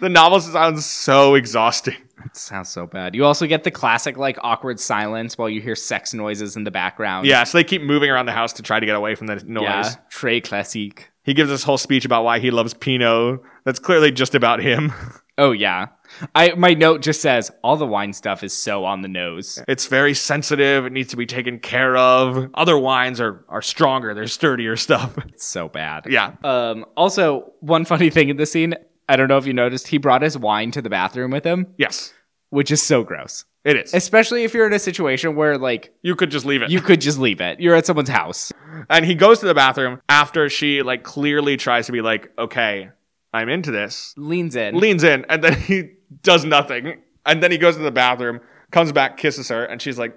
Speaker 1: the novel sounds so exhausting.
Speaker 2: Sounds so bad. You also get the classic like awkward silence while you hear sex noises in the background.
Speaker 1: Yeah, so they keep moving around the house to try to get away from the noise.
Speaker 2: Yeah. Très classique.
Speaker 1: He gives this whole speech about why he loves Pinot. That's clearly just about him.
Speaker 2: Oh yeah. I my note just says all the wine stuff is so on the nose.
Speaker 1: It's very sensitive. It needs to be taken care of. Other wines are, are stronger. They're sturdier stuff.
Speaker 2: It's so bad.
Speaker 1: yeah.
Speaker 2: Um also one funny thing in the scene, I don't know if you noticed, he brought his wine to the bathroom with him,
Speaker 1: Yes,
Speaker 2: which is so gross.
Speaker 1: it is.
Speaker 2: Especially if you're in a situation where like
Speaker 1: You could just leave it.
Speaker 2: you could just leave it. You're at someone's house.
Speaker 1: and he goes to the bathroom after she like clearly tries to be like, okay, I'm into this.
Speaker 2: Leans in.
Speaker 1: Leans in and then he does nothing. And then he goes to the bathroom, comes back, kisses her, and she's like,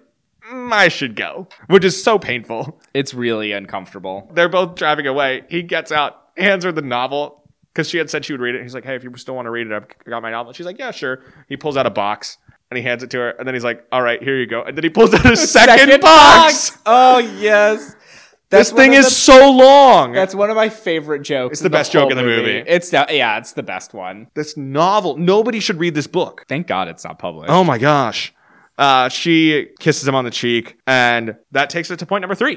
Speaker 1: mm, I should go, which is so painful.
Speaker 2: it's really uncomfortable.
Speaker 1: They're both driving away. He gets out, hands her the novel because she had said she would read it. He's like, hey, if you still want to read it, I've got my novel. She's like, yeah, sure. He pulls out a box and he hands it to her. And then he's like, all right, here you go. And then he pulls out a second, box.
Speaker 2: Oh yes.
Speaker 1: This
Speaker 2: That's one
Speaker 1: thing
Speaker 2: of
Speaker 1: is
Speaker 2: the
Speaker 1: so long.
Speaker 2: That's one of my favorite jokes. It's
Speaker 1: the best joke in the movie.
Speaker 2: It's the, yeah, it's the best one.
Speaker 1: this novel. Nobody should read this book.
Speaker 2: Thank God it's not published.
Speaker 1: Oh my gosh. Uh, she kisses him on the cheek, and that takes us to point number three,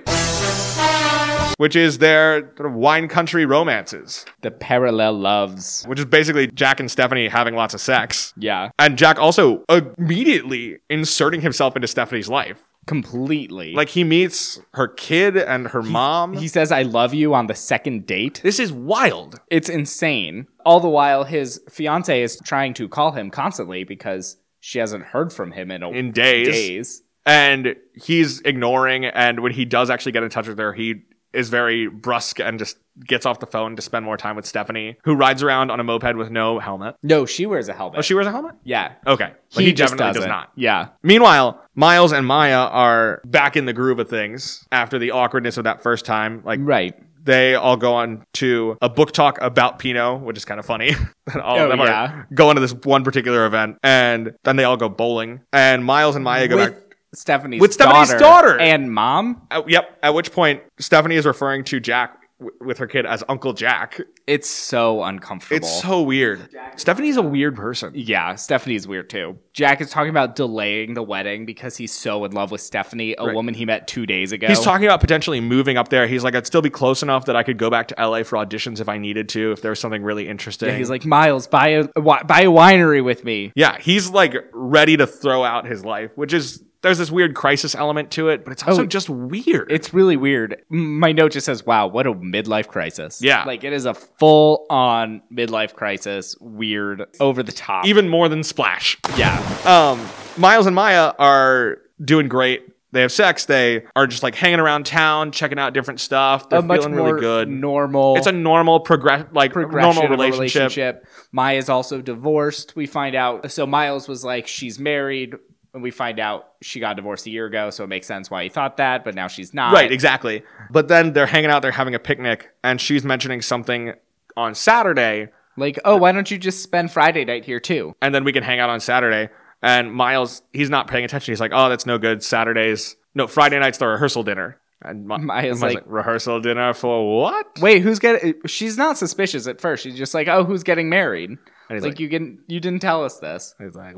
Speaker 1: which is their sort of wine country romances,
Speaker 2: The parallel loves.
Speaker 1: which is basically Jack and Stephanie having lots of sex.
Speaker 2: Yeah,
Speaker 1: And Jack also immediately inserting himself into Stephanie's life.
Speaker 2: completely.
Speaker 1: Like he meets her kid and her mom.
Speaker 2: he says, "I love you" on the second date.
Speaker 1: this is wild.
Speaker 2: It's insane. All the while, his fiance is trying to call him constantly because she hasn't heard from him in a
Speaker 1: In days.
Speaker 2: days.
Speaker 1: and he's ignoring and when he does actually get in touch with her he is very brusque and just gets off the phone to spend more time with stephanie who rides around on a moped with no helmet
Speaker 2: No, she wears a helmet.
Speaker 1: oh she wears a helmet
Speaker 2: yeah,
Speaker 1: okay but he, definitely does
Speaker 2: doesn't.
Speaker 1: not
Speaker 2: Yeah,
Speaker 1: meanwhile miles and maya are back in the groove of things after the awkwardness of that first time like
Speaker 2: right.
Speaker 1: they all go on to a book talk about Pinot, which is kind of funny. that all
Speaker 2: Oh,
Speaker 1: of them
Speaker 2: yeah.
Speaker 1: are going to this one particular event, and then they all go bowling. And Miles and Maya go
Speaker 2: with
Speaker 1: back.
Speaker 2: Stephanie's
Speaker 1: With Stephanie's daughter.
Speaker 2: and mom.
Speaker 1: Uh, yep. At which point, Stephanie is referring to Jack w- with her kid as Uncle Jack.
Speaker 2: It's so uncomfortable.
Speaker 1: It's so weird. Stephanie's a weird person.
Speaker 2: Yeah, Stephanie's weird too. Jack is talking about delaying the wedding because he's so in love with Stephanie, a woman he met two days ago.
Speaker 1: He's talking about potentially moving up there. He's like, I'd still be close enough that I could go back to LA for auditions if I needed to, if there was something really interesting.
Speaker 2: He's like, Miles, buy a wi- buy a winery with me.
Speaker 1: yeah, he's like ready to throw out his life, which is, there's this weird crisis element to it, but it's also
Speaker 2: Oh,
Speaker 1: just weird.
Speaker 2: It's really weird. M- My note just says, "Wow, what a midlife crisis."
Speaker 1: Yeah.
Speaker 2: like it is a full on midlife crisis. Weird, over the top.
Speaker 1: even more than Splash.
Speaker 2: yeah,
Speaker 1: Um, Miles and Maya are doing great. They have sex. They are just like hanging around town, checking out different stuff. They're
Speaker 2: a much
Speaker 1: feeling
Speaker 2: more
Speaker 1: really good.
Speaker 2: normal.
Speaker 1: it's a normal progress like
Speaker 2: progression
Speaker 1: normal
Speaker 2: of a
Speaker 1: relationship.
Speaker 2: relationship. Maya's also divorced. We find out. So Miles was like, she's married. And we find out she got divorced a year ago. So it makes sense why he thought that, but now she's not.
Speaker 1: Right, exactly. But then they're hanging out, they're having a picnic, and she's mentioning something on Saturday,
Speaker 2: Like, oh, why don't you just spend Friday night here too?
Speaker 1: and then we can hang out on Saturday. And Miles, he's not paying attention. He's like, "Oh, that's no good. Saturdays, no, Friday night's the rehearsal dinner." And Mi-
Speaker 2: Maya's like-
Speaker 1: "Rehearsal dinner for what?"
Speaker 2: Wait, who's getting. She's not suspicious at first. She's just like, oh, who's getting married?
Speaker 1: he's
Speaker 2: Like,
Speaker 1: like-
Speaker 2: you, can, you didn't tell us this.
Speaker 1: He's like,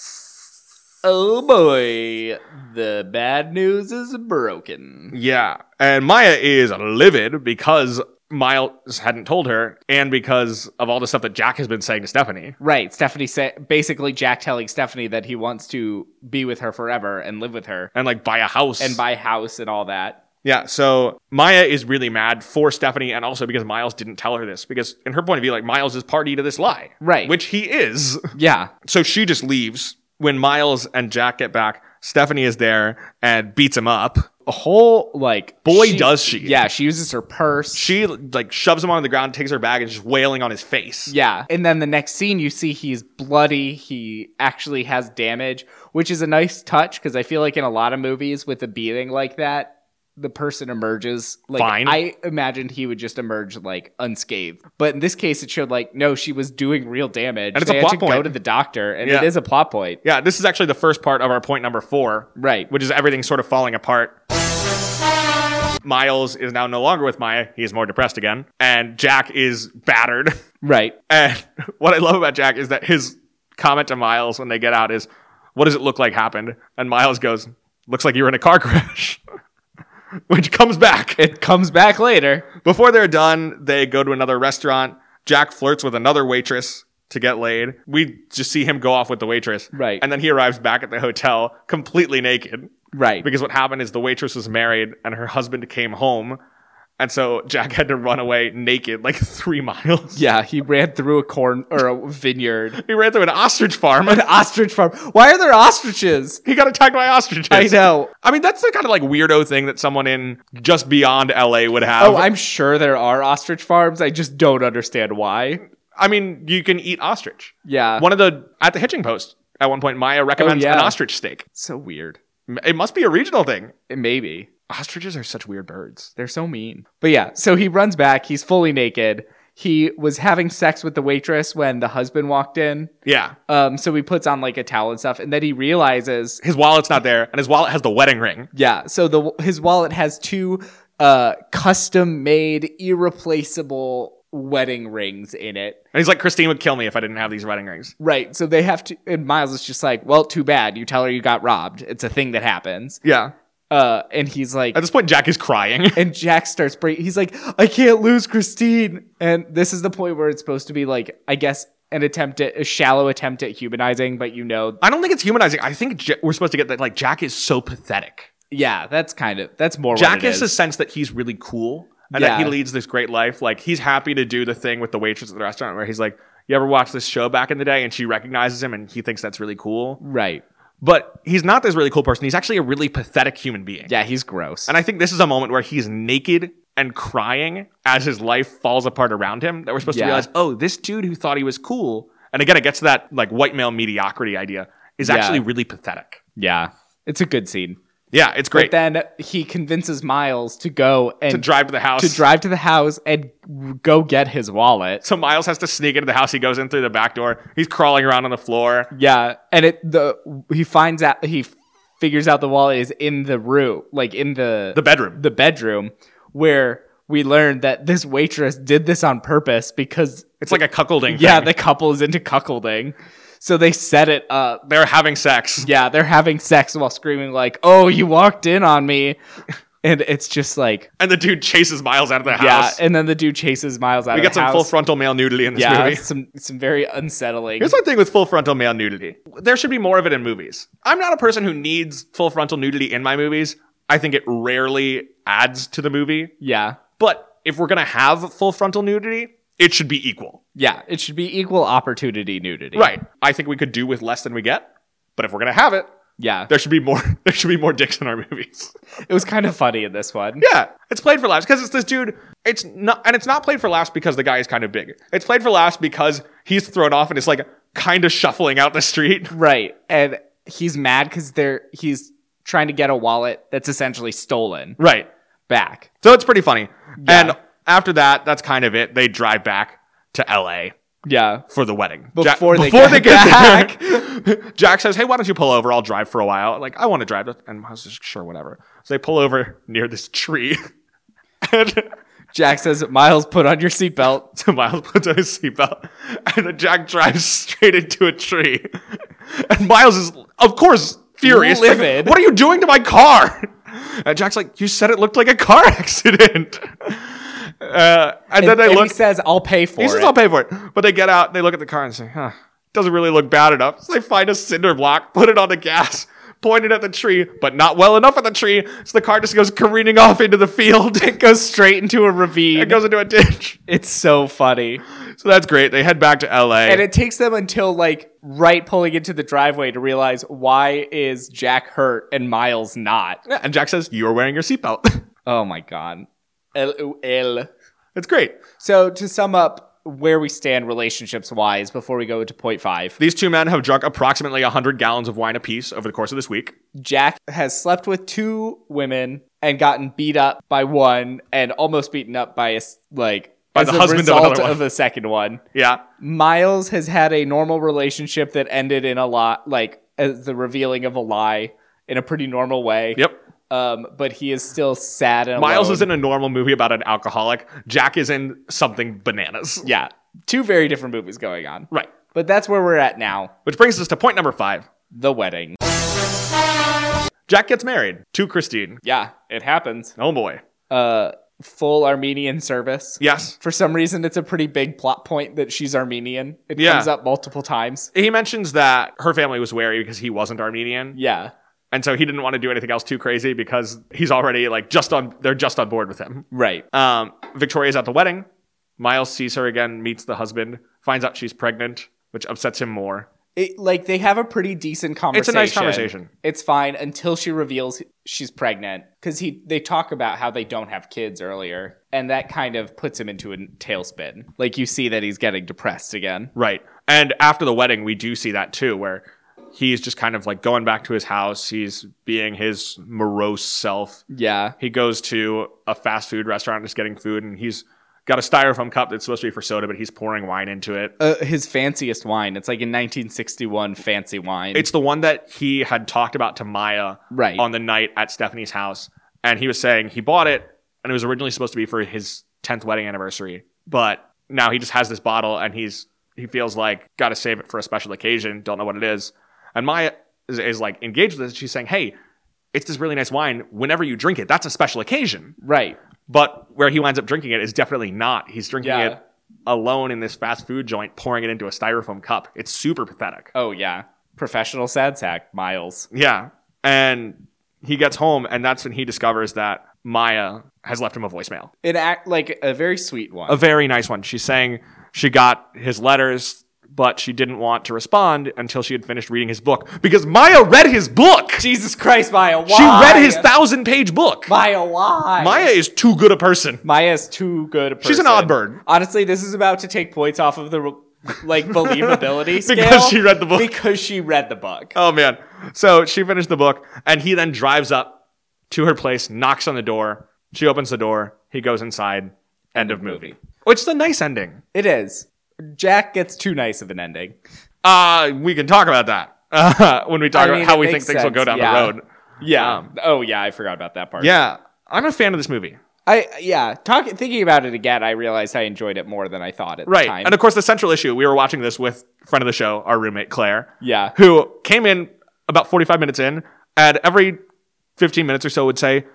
Speaker 1: "Whoops."
Speaker 2: Oh boy, the bad news is broken.
Speaker 1: Yeah. And Maya is livid because Miles hadn't told her and because of all the stuff that Jack has been saying to Stephanie.
Speaker 2: Right. Stephanie said basically Jack telling Stephanie that he wants to be with her forever and live with her
Speaker 1: and like buy a house
Speaker 2: and buy a house and all that.
Speaker 1: Yeah, so Maya is really mad for Stephanie and also because Miles didn't tell her this. Because in her point of view, like Miles is party to this lie.
Speaker 2: Right.
Speaker 1: Which he is.
Speaker 2: Yeah.
Speaker 1: So she just leaves. When Miles and Jack get back, Stephanie is there and beats him up.
Speaker 2: A whole like
Speaker 1: Boy, does she.
Speaker 2: Yeah, she uses her purse.
Speaker 1: She like shoves him onto the ground, takes her bag, and is just wailing on his face.
Speaker 2: yeah. And then the next scene you see he's bloody, he actually has damage, which is a nice touch cuz I feel like in a lot of movies with a beating like that the person emerges like
Speaker 1: Fine.
Speaker 2: I imagined he would just emerge like unscathed, but in this case it showed like no, she was doing real damage.
Speaker 1: And it's
Speaker 2: they
Speaker 1: a
Speaker 2: had
Speaker 1: plot
Speaker 2: to go
Speaker 1: point.
Speaker 2: to the doctor, and
Speaker 1: Yeah.
Speaker 2: it is a plot point,
Speaker 1: Yeah, this is actually the first part of our point number four,
Speaker 2: right?
Speaker 1: which is everything sort of falling apart. Miles is now no longer with Maya. He is more depressed again. And Jack is battered.
Speaker 2: Right.
Speaker 1: And what I love about Jack is that his comment to Miles when they get out is, What does it look like happened? And Miles goes, Looks like you were in a car crash. Which comes back.
Speaker 2: It comes back later.
Speaker 1: Before they're done, they go to another restaurant. Jack flirts with another waitress to get laid. We just see him go off with the waitress.
Speaker 2: Right.
Speaker 1: And then he arrives back at the hotel completely naked.
Speaker 2: Right.
Speaker 1: Because what happened is the waitress was married and her husband came home. And so Jack had to run away naked like three miles.
Speaker 2: Yeah, he ran through a corn or a vineyard.
Speaker 1: He ran through an ostrich farm.
Speaker 2: An ostrich farm. Why are there ostriches?
Speaker 1: He got attacked by ostriches.
Speaker 2: I know.
Speaker 1: I mean, that's the kind of like weirdo thing that someone in just beyond LA would have.
Speaker 2: Oh, I'm sure there are ostrich farms. I just don't understand why.
Speaker 1: I mean, you can eat ostrich.
Speaker 2: Yeah.
Speaker 1: one of the at the hitching post at one point maya recommends
Speaker 2: yeah.
Speaker 1: an ostrich steak
Speaker 2: so weird.
Speaker 1: M- it must be a regional thing
Speaker 2: Maybe.
Speaker 1: ostriches are such weird birds
Speaker 2: They're so mean. But yeah, so he runs back. He's fully naked. He was having sex with the waitress when the husband walked in.
Speaker 1: yeah
Speaker 2: Um, so he puts on like a towel and stuff, and then he realizes
Speaker 1: his wallet's not there and his wallet has the wedding ring
Speaker 2: Yeah. So the his wallet has two uh, custom made irreplaceable wedding rings in it.
Speaker 1: and he's like christine would kill me if i didn't have these wedding rings
Speaker 2: Right. So they have to. And Miles is just like, well, too bad. You tell her you got robbed. It's a thing that happens.
Speaker 1: yeah
Speaker 2: Uh, and he's like.
Speaker 1: at this point jack is crying
Speaker 2: and Jack starts break. He's like, "I can't lose Christine." And this is the point where it's supposed to be like, I guess, an attempt at a shallow attempt at humanizing, but you know,
Speaker 1: i don't think it's humanizing i think Ja- we're supposed to get that like jack is so pathetic
Speaker 2: yeah, that's kind of that's more.
Speaker 1: jack
Speaker 2: what it
Speaker 1: is a sense that he's really cool and that
Speaker 2: Yeah.
Speaker 1: he leads this great life like he's happy to do the thing with the waitress at the restaurant where he's like you ever watch this show back in the day and she recognizes him and he thinks that's really cool
Speaker 2: right.
Speaker 1: But he's not this really cool person. He's actually a really pathetic human being.
Speaker 2: Yeah, he's gross.
Speaker 1: And I think this is a moment where he's naked and crying as his life falls apart around him that we're supposed
Speaker 2: Yeah.
Speaker 1: to realize, oh, this dude who thought he was cool. And again, it gets to that like white male mediocrity idea is
Speaker 2: Yeah.
Speaker 1: actually really pathetic.
Speaker 2: yeah, it's a good scene.
Speaker 1: Yeah, it's great.
Speaker 2: But then he convinces Miles to go and
Speaker 1: to drive to the house.
Speaker 2: to drive to the house and go get his wallet.
Speaker 1: So Miles has to sneak into the house. He goes in through the back door. He's crawling around on the floor.
Speaker 2: Yeah, and it the he finds out he figures out the wallet is in the room, like in the
Speaker 1: The bedroom.
Speaker 2: the bedroom where we learned that this waitress did this on purpose because
Speaker 1: It's like a cuckolding.
Speaker 2: yeah,
Speaker 1: thing.
Speaker 2: the couple is into cuckolding. So they set it up.
Speaker 1: they're having sex.
Speaker 2: Yeah, they're having sex while screaming like, "Oh, you walked in on me." And it's just like,
Speaker 1: And the dude chases Miles out of the house.
Speaker 2: yeah, and then the dude chases Miles out
Speaker 1: we
Speaker 2: of
Speaker 1: get
Speaker 2: the
Speaker 1: some
Speaker 2: house.
Speaker 1: full frontal male nudity in this
Speaker 2: yeah,
Speaker 1: movie.
Speaker 2: some some very unsettling.
Speaker 1: Here's my thing with full frontal male nudity. There should be more of it in movies. I'm not a person who needs full frontal nudity in my movies. I think it rarely adds to the movie.
Speaker 2: yeah,
Speaker 1: But if we're going to have full frontal nudity, it should be equal.
Speaker 2: yeah. It should be equal opportunity nudity.
Speaker 1: Right. I think we could do with less than we get, but if we're going to have it,
Speaker 2: Yeah.
Speaker 1: there should be more there should be more dicks in our movies.
Speaker 2: It was kind of funny in this one.
Speaker 1: Yeah, it's played for laughs because it's this dude. It's not, and it's not played for laughs because the guy is kind of big. It's played for laughs because he's thrown off and is like kind of shuffling out the street.
Speaker 2: Right. And he's mad because they're he's trying to get a wallet that's essentially stolen
Speaker 1: Right.
Speaker 2: back.
Speaker 1: So it's pretty funny.
Speaker 2: Yeah.
Speaker 1: And after that, that's kind of it. They drive back to LA
Speaker 2: Yeah.
Speaker 1: for the wedding.
Speaker 2: Before they
Speaker 1: before
Speaker 2: get
Speaker 1: they get back, Jack says, Hey, why don't you pull over? I'll drive for a while. Like, I want to drive. And I was just sure, whatever. So they pull over near this tree. and
Speaker 2: Jack says, Miles, put on your seatbelt.
Speaker 1: so Miles puts on his seatbelt. And then Jack drives straight into a tree. And Miles is, of course, furious. Like,
Speaker 2: Livid.
Speaker 1: what are you doing to my car? And Jack's like, You said it looked like a car accident. Uh, and, then
Speaker 2: And,
Speaker 1: they
Speaker 2: and
Speaker 1: look.
Speaker 2: he says, I'll pay for
Speaker 1: He
Speaker 2: it.
Speaker 1: says, I'll pay for it. But they get out, they look at the car and say, huh, doesn't really look bad enough. So they find a cinder block, put it on the gas, pointed at the tree, but not well enough at the tree. So the car just goes careening off into the field. It
Speaker 2: Goes straight into a ravine.
Speaker 1: goes into a ditch.
Speaker 2: it's so funny.
Speaker 1: So that's great. They head back to LA.
Speaker 2: And it takes them until like right pulling into the driveway to realize why is Jack hurt and Miles not.
Speaker 1: Yeah, and Jack says, You are wearing your seatbelt.
Speaker 2: Oh my god. LOL.
Speaker 1: it's great.
Speaker 2: So to sum up where we stand relationships wise before we go to point five,
Speaker 1: These two men have drunk approximately 100 gallons of wine apiece over the course of this week.
Speaker 2: Jack has slept with two women and gotten beat up by one and almost beaten up by a s- like
Speaker 1: By
Speaker 2: as
Speaker 1: the
Speaker 2: a
Speaker 1: husband of
Speaker 2: result
Speaker 1: another one.
Speaker 2: of the second one.
Speaker 1: Yeah.
Speaker 2: Miles has had a normal relationship that ended in a lot like as the revealing of a lie in a pretty normal way.
Speaker 1: Yep.
Speaker 2: Um, but he is still sad and
Speaker 1: Miles
Speaker 2: alone.
Speaker 1: is in a normal movie about an alcoholic. Jack is in something bananas.
Speaker 2: yeah two very different movies going on.
Speaker 1: Right.
Speaker 2: But that's where we're at now.
Speaker 1: Which brings us to point number five.
Speaker 2: The wedding.
Speaker 1: Jack gets married to Christine.
Speaker 2: Yeah, it happens.
Speaker 1: Oh boy.
Speaker 2: Uh, full Armenian service.
Speaker 1: Yes.
Speaker 2: For some reason, it's a pretty big plot point that she's Armenian. It
Speaker 1: Yeah.
Speaker 2: comes up multiple times.
Speaker 1: He mentions that her family was wary because he wasn't Armenian.
Speaker 2: Yeah,
Speaker 1: And so he didn't want to do anything else too crazy because he's already like just on they're just on board with him.
Speaker 2: right.
Speaker 1: Um, Victoria's at the wedding. Miles sees her again, meets the husband, finds out she's pregnant, which upsets him more.
Speaker 2: It, like they have a pretty decent
Speaker 1: It's a
Speaker 2: conversation.
Speaker 1: nice conversation.
Speaker 2: It's fine until she reveals she's pregnant because he they talk about how they don't have kids earlier, and that kind of puts him into a tailspin. Like you see that he's getting depressed again.
Speaker 1: Right. And after the wedding, we do see that too, where he's just kind of like going back to his house. He's being his morose self.
Speaker 2: Yeah,
Speaker 1: He goes to a fast food restaurant, just getting food, and he's got a styrofoam cup that's supposed to be for soda, but he's pouring wine into it.
Speaker 2: uh, his fanciest wine. It's like a 1961 fancy wine.
Speaker 1: It's the one that he had talked about to Maya
Speaker 2: Right.
Speaker 1: on the night at Stephanie's house. And he was saying he bought it and it was originally supposed to be for his 10th wedding anniversary. But now he just has this bottle and he's he feels like got to save it for a special occasion. Don't know what it is. And Maya is, is like engaged with this. She's saying, hey, it's this really nice wine. Whenever you drink it, that's a special occasion.
Speaker 2: right.
Speaker 1: But where he winds up drinking it is definitely not. He's drinking
Speaker 2: Yeah.
Speaker 1: it alone in this fast food joint, pouring it into a styrofoam cup. It's super pathetic.
Speaker 2: Oh yeah, professional sad sack, Miles.
Speaker 1: Yeah. And he gets home, and that's when he discovers that Maya has left him a voicemail.
Speaker 2: An act like a very sweet one.
Speaker 1: A very nice one. She's saying she got his letters, but she didn't want to respond until she had finished reading his book because Maya read his book. She,
Speaker 2: Jesus Christ, Maya! Why?
Speaker 1: read his thousand page book.
Speaker 2: Maya, why?
Speaker 1: Maya is too good a person.
Speaker 2: Maya's too good. A person.
Speaker 1: She's an odd bird.
Speaker 2: Honestly, this is about to take points off of the like believability scale
Speaker 1: she read the book.
Speaker 2: Because she read the book.
Speaker 1: Oh, man. So she finished the book, and he then drives up to her place, knocks on the door. She opens the door. He goes inside. End of movie. Which is a nice ending.
Speaker 2: It is. Jack gets too nice of an ending.
Speaker 1: Uh, we can talk about that uh, when we talk
Speaker 2: I
Speaker 1: about
Speaker 2: mean,
Speaker 1: how
Speaker 2: it
Speaker 1: we think
Speaker 2: makes
Speaker 1: things will go
Speaker 2: sense,
Speaker 1: down
Speaker 2: yeah.
Speaker 1: the road.
Speaker 2: Yeah. oh yeah, I forgot about that part.
Speaker 1: Um, Yeah, I'm a fan of this movie.
Speaker 2: I yeah. Talk, thinking about it again, I realized I enjoyed it more than I thought at
Speaker 1: Right.
Speaker 2: the time.
Speaker 1: And of course, the central issue we were watching this with friend of the show, our roommate Claire,
Speaker 2: yeah.
Speaker 1: who came in about 45 minutes in, and every 15 minutes or so would say,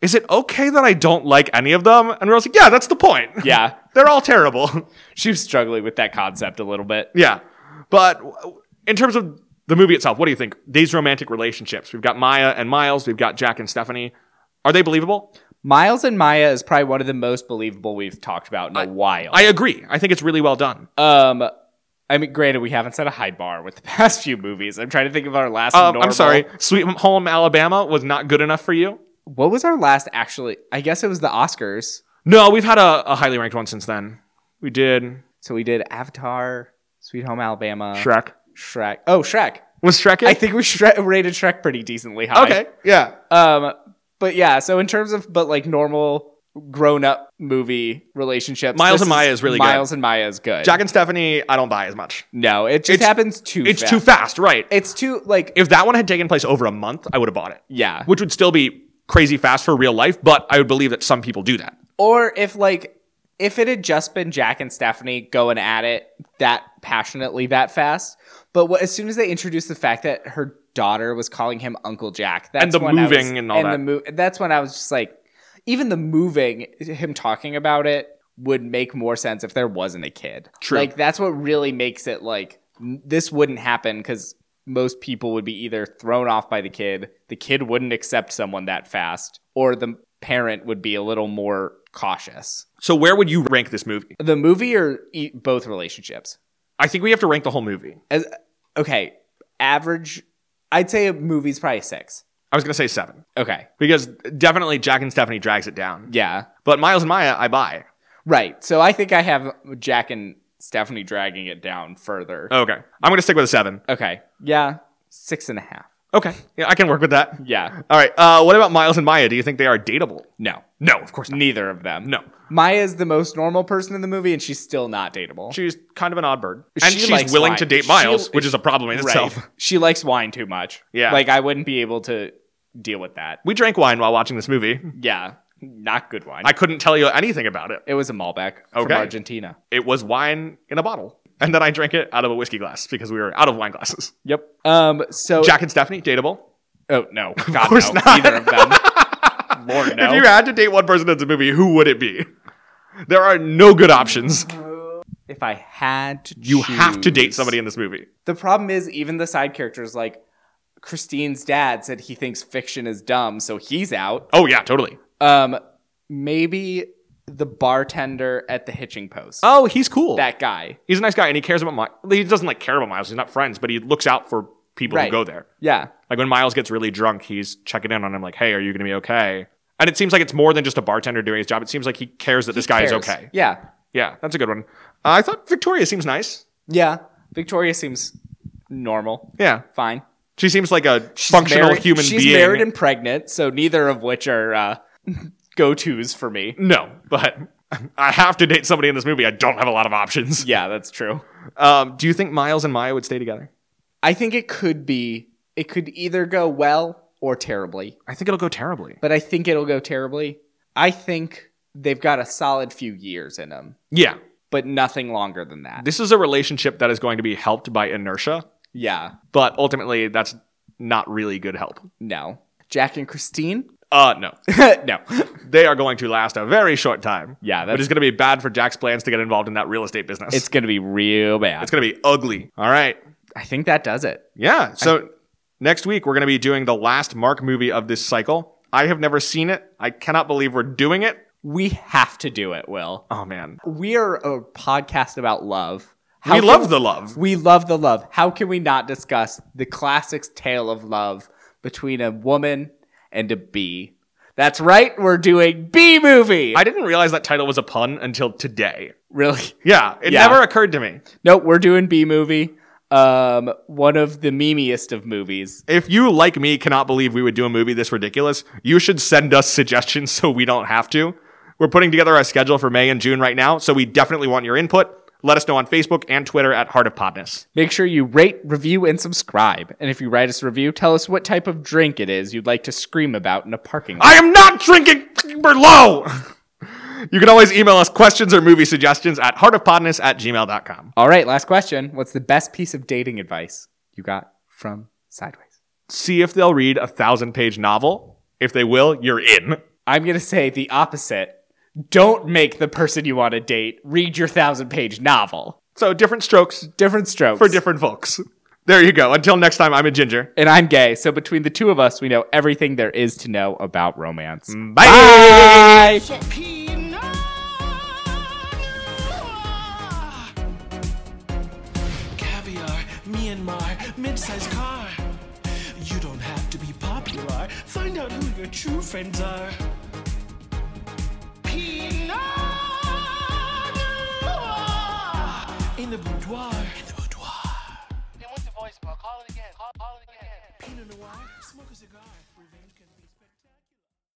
Speaker 1: "Is it okay that I don't like any of them?" And we were like, "Yeah, that's the point.
Speaker 2: Yeah.
Speaker 1: They're all terrible."
Speaker 2: She was struggling with that concept a little bit.
Speaker 1: yeah, but w- in terms of the movie itself, what do you think? These romantic relationships we've got Maya and Miles, we've got Jack and Stephanie. Are they believable?
Speaker 2: Miles and Maya is probably one of the most believable we've talked about in a while.
Speaker 1: I agree. I think it's really well done.
Speaker 2: um, I mean, granted, we haven't set a high bar with the past few movies. I'm trying to think of our last.
Speaker 1: Um,
Speaker 2: normal-
Speaker 1: I'm sorry, Sweet Home Alabama was not good enough for you.
Speaker 2: What was our last? Actually, I guess it was the Oscars.
Speaker 1: No, we've had a, a highly ranked one since then. We did
Speaker 2: So we did Avatar, Sweet Home Alabama,
Speaker 1: Shrek.
Speaker 2: Shrek. Oh, Shrek.
Speaker 1: Was Shrek? It?
Speaker 2: I think we Shre- rated Shrek pretty decently high.
Speaker 1: Okay. Yeah.
Speaker 2: Um, but yeah. So in terms of but like normal grown up movie relationships,
Speaker 1: Miles
Speaker 2: this
Speaker 1: and Maya is really good.
Speaker 2: Miles and Maya is good.
Speaker 1: Jack and Stephanie, I don't buy as much.
Speaker 2: no, it just
Speaker 1: It's-
Speaker 2: happens too.
Speaker 1: It's
Speaker 2: fast.
Speaker 1: too fast, right?
Speaker 2: It's too like
Speaker 1: if that one had taken place over a month, I would have bought it.
Speaker 2: yeah.
Speaker 1: Which would still be crazy fast for real life, but I would believe that some people do that.
Speaker 2: Or if like if it had just been Jack and Stephanie going at it that passionately that fast, but what, as soon as they introduced the fact that her daughter was calling him Uncle Jack, that's
Speaker 1: And the
Speaker 2: when I was-
Speaker 1: moving and all
Speaker 2: the
Speaker 1: that.
Speaker 2: mo- that's when I was just like, even the moving, him talking about it would make more sense if there wasn't a kid.
Speaker 1: True.
Speaker 2: Like that's what really makes it like n- this wouldn't happen because most people would be either thrown off by the kid, the kid wouldn't accept someone that fast, or the parent would be a little more cautious.
Speaker 1: So where would you rank this movie?
Speaker 2: The movie or e- both relationships?
Speaker 1: I think we have to rank the whole movie.
Speaker 2: As, okay, average. I'd say a movie's probably six.
Speaker 1: I was gonna say seven
Speaker 2: Okay,
Speaker 1: because definitely Jack and Stephanie drags it down.
Speaker 2: yeah,
Speaker 1: But Miles and Maya, I buy.
Speaker 2: right. So I think I have Jack and Stephanie dragging it down further.
Speaker 1: Okay, I'm gonna stick with a seven.
Speaker 2: Okay, yeah, six and a half.
Speaker 1: Okay, yeah, I can work with that.
Speaker 2: Yeah,
Speaker 1: All right. Uh, what about Miles and Maya? Do you think they are dateable?
Speaker 2: no,
Speaker 1: No, of course not.
Speaker 2: neither of them.
Speaker 1: No,
Speaker 2: Maya's the most normal person in the movie, and she's still not dateable.
Speaker 1: she's kind of an odd bird, and
Speaker 2: She
Speaker 1: she's
Speaker 2: likes
Speaker 1: willing
Speaker 2: wine.
Speaker 1: to date
Speaker 2: She-
Speaker 1: Miles, which is a problem in itself.
Speaker 2: She likes wine too much.
Speaker 1: Yeah.
Speaker 2: Like I wouldn't be able to deal with that.
Speaker 1: We drank wine while watching this movie.
Speaker 2: Yeah. Not good wine.
Speaker 1: I couldn't tell you anything about it.
Speaker 2: it was a Malbec from
Speaker 1: Okay.
Speaker 2: Argentina.
Speaker 1: It was wine in a bottle, and then I drank it out of a whiskey glass because we were out of wine glasses.
Speaker 2: Yep. Um so
Speaker 1: Jack and Stephanie dateable.
Speaker 2: Oh no. God
Speaker 1: course
Speaker 2: no.
Speaker 1: not.
Speaker 2: Either of them. Lord no.
Speaker 1: If you had to date one person in the movie, who would it be? There are no good options.
Speaker 2: If I had to
Speaker 1: You have to date
Speaker 2: choose-
Speaker 1: somebody in this movie.
Speaker 2: The problem is even the side characters like Christine's dad said he thinks fiction is dumb, so he's out.
Speaker 1: Oh yeah, totally.
Speaker 2: Um maybe the bartender at the hitching post.
Speaker 1: Oh, he's cool.
Speaker 2: That guy.
Speaker 1: he's a nice guy, and he cares about Miles. He doesn't like care about Miles. He's not friends, but he looks out for people who
Speaker 2: Right.
Speaker 1: go there.
Speaker 2: Yeah.
Speaker 1: Like when Miles gets really drunk, he's checking in on him, like, "Hey, are you going to be okay?" And it seems like it's more than just a bartender doing his job. It seems like he cares that this guy is
Speaker 2: Cares.
Speaker 1: okay.
Speaker 2: Yeah.
Speaker 1: Yeah, that's a good one. Uh, I thought Victoria seems nice.
Speaker 2: Yeah. Victoria seems normal.
Speaker 1: Yeah,
Speaker 2: Fine.
Speaker 1: she seems like a functional
Speaker 2: married-
Speaker 1: human
Speaker 2: she's
Speaker 1: being.
Speaker 2: married and pregnant, so neither of which are uh, go tos for me.
Speaker 1: no, but I have to date somebody in this movie. I don't have a lot of options.
Speaker 2: Yeah, that's true.
Speaker 1: Um, do you think Miles and Maya would stay together?
Speaker 2: I think it could be, it could either go well or terribly,
Speaker 1: I think it'll go terribly.
Speaker 2: but I think it'll go terribly. I think they've got a solid few years in them,
Speaker 1: Yeah,
Speaker 2: but nothing longer than that.
Speaker 1: this is a relationship that is going to be helped by inertia,
Speaker 2: Yeah,
Speaker 1: but ultimately, that's not really good help.
Speaker 2: no. Jack and Christine?
Speaker 1: Uh, no.
Speaker 2: no.
Speaker 1: they are going to last a very short time.
Speaker 2: Yeah,
Speaker 1: Which
Speaker 2: that's-
Speaker 1: is going to be bad for Jack's plans to get involved in that real estate business.
Speaker 2: It's going to be real bad.
Speaker 1: it's going to be ugly. All right.
Speaker 2: I think that does it.
Speaker 1: Yeah. So next week, we're going to be doing the last Mark movie of this cycle. I have never seen it. I cannot believe we're doing it.
Speaker 2: We have to do it, Will.
Speaker 1: Oh, man.
Speaker 2: We are a podcast about love. How
Speaker 1: we
Speaker 2: can-
Speaker 1: love the love.
Speaker 2: We love the love. How can we not discuss the classic tale of love between a woman and a bee? That's right. We're doing bee movie.
Speaker 1: I didn't realize that title was a pun until today.
Speaker 2: really?
Speaker 1: Yeah. It
Speaker 2: Yeah.
Speaker 1: never occurred to me.
Speaker 2: No, we're doing bee movie. Um, one of the memeiest of movies.
Speaker 1: If you, like me, cannot believe we would do a movie this ridiculous, you should send us suggestions so we don't have to. We're putting together our schedule for May and June right now, so we definitely want your input. Let us know on Facebook and Twitter at Heart of Podness.
Speaker 2: Make sure you rate, review, and subscribe. And if you write us a review, tell us what type of drink it is you'd like to scream about in a parking lot.
Speaker 1: I am not drinking Merlot! you can always email us questions or movie suggestions at heartofpodness at gmail.com.
Speaker 2: All right, last question. What's the best piece of dating advice you got from Sideways?
Speaker 1: See if they'll read a thousand page novel. If they will, you're in.
Speaker 2: I'm going to say the opposite. Don't make the person you want to date read your thousand page novel.
Speaker 1: So different strokes
Speaker 2: Different strokes.
Speaker 1: for different folks. There you go. Until next time, I'm a ginger.
Speaker 2: and I'm gay, so between the two of us, we know everything there is to know about romance.
Speaker 1: Bye.
Speaker 4: Caviar, Myanmar, mid-sized car. You don't have to be popular. Find out who your true friends are. Pinot Noir. In the boudoir. In the boudoir. Then what's the voicemail? Call it again. Call, call it again. Pinot Noir. Smoke a cigar. Revenge.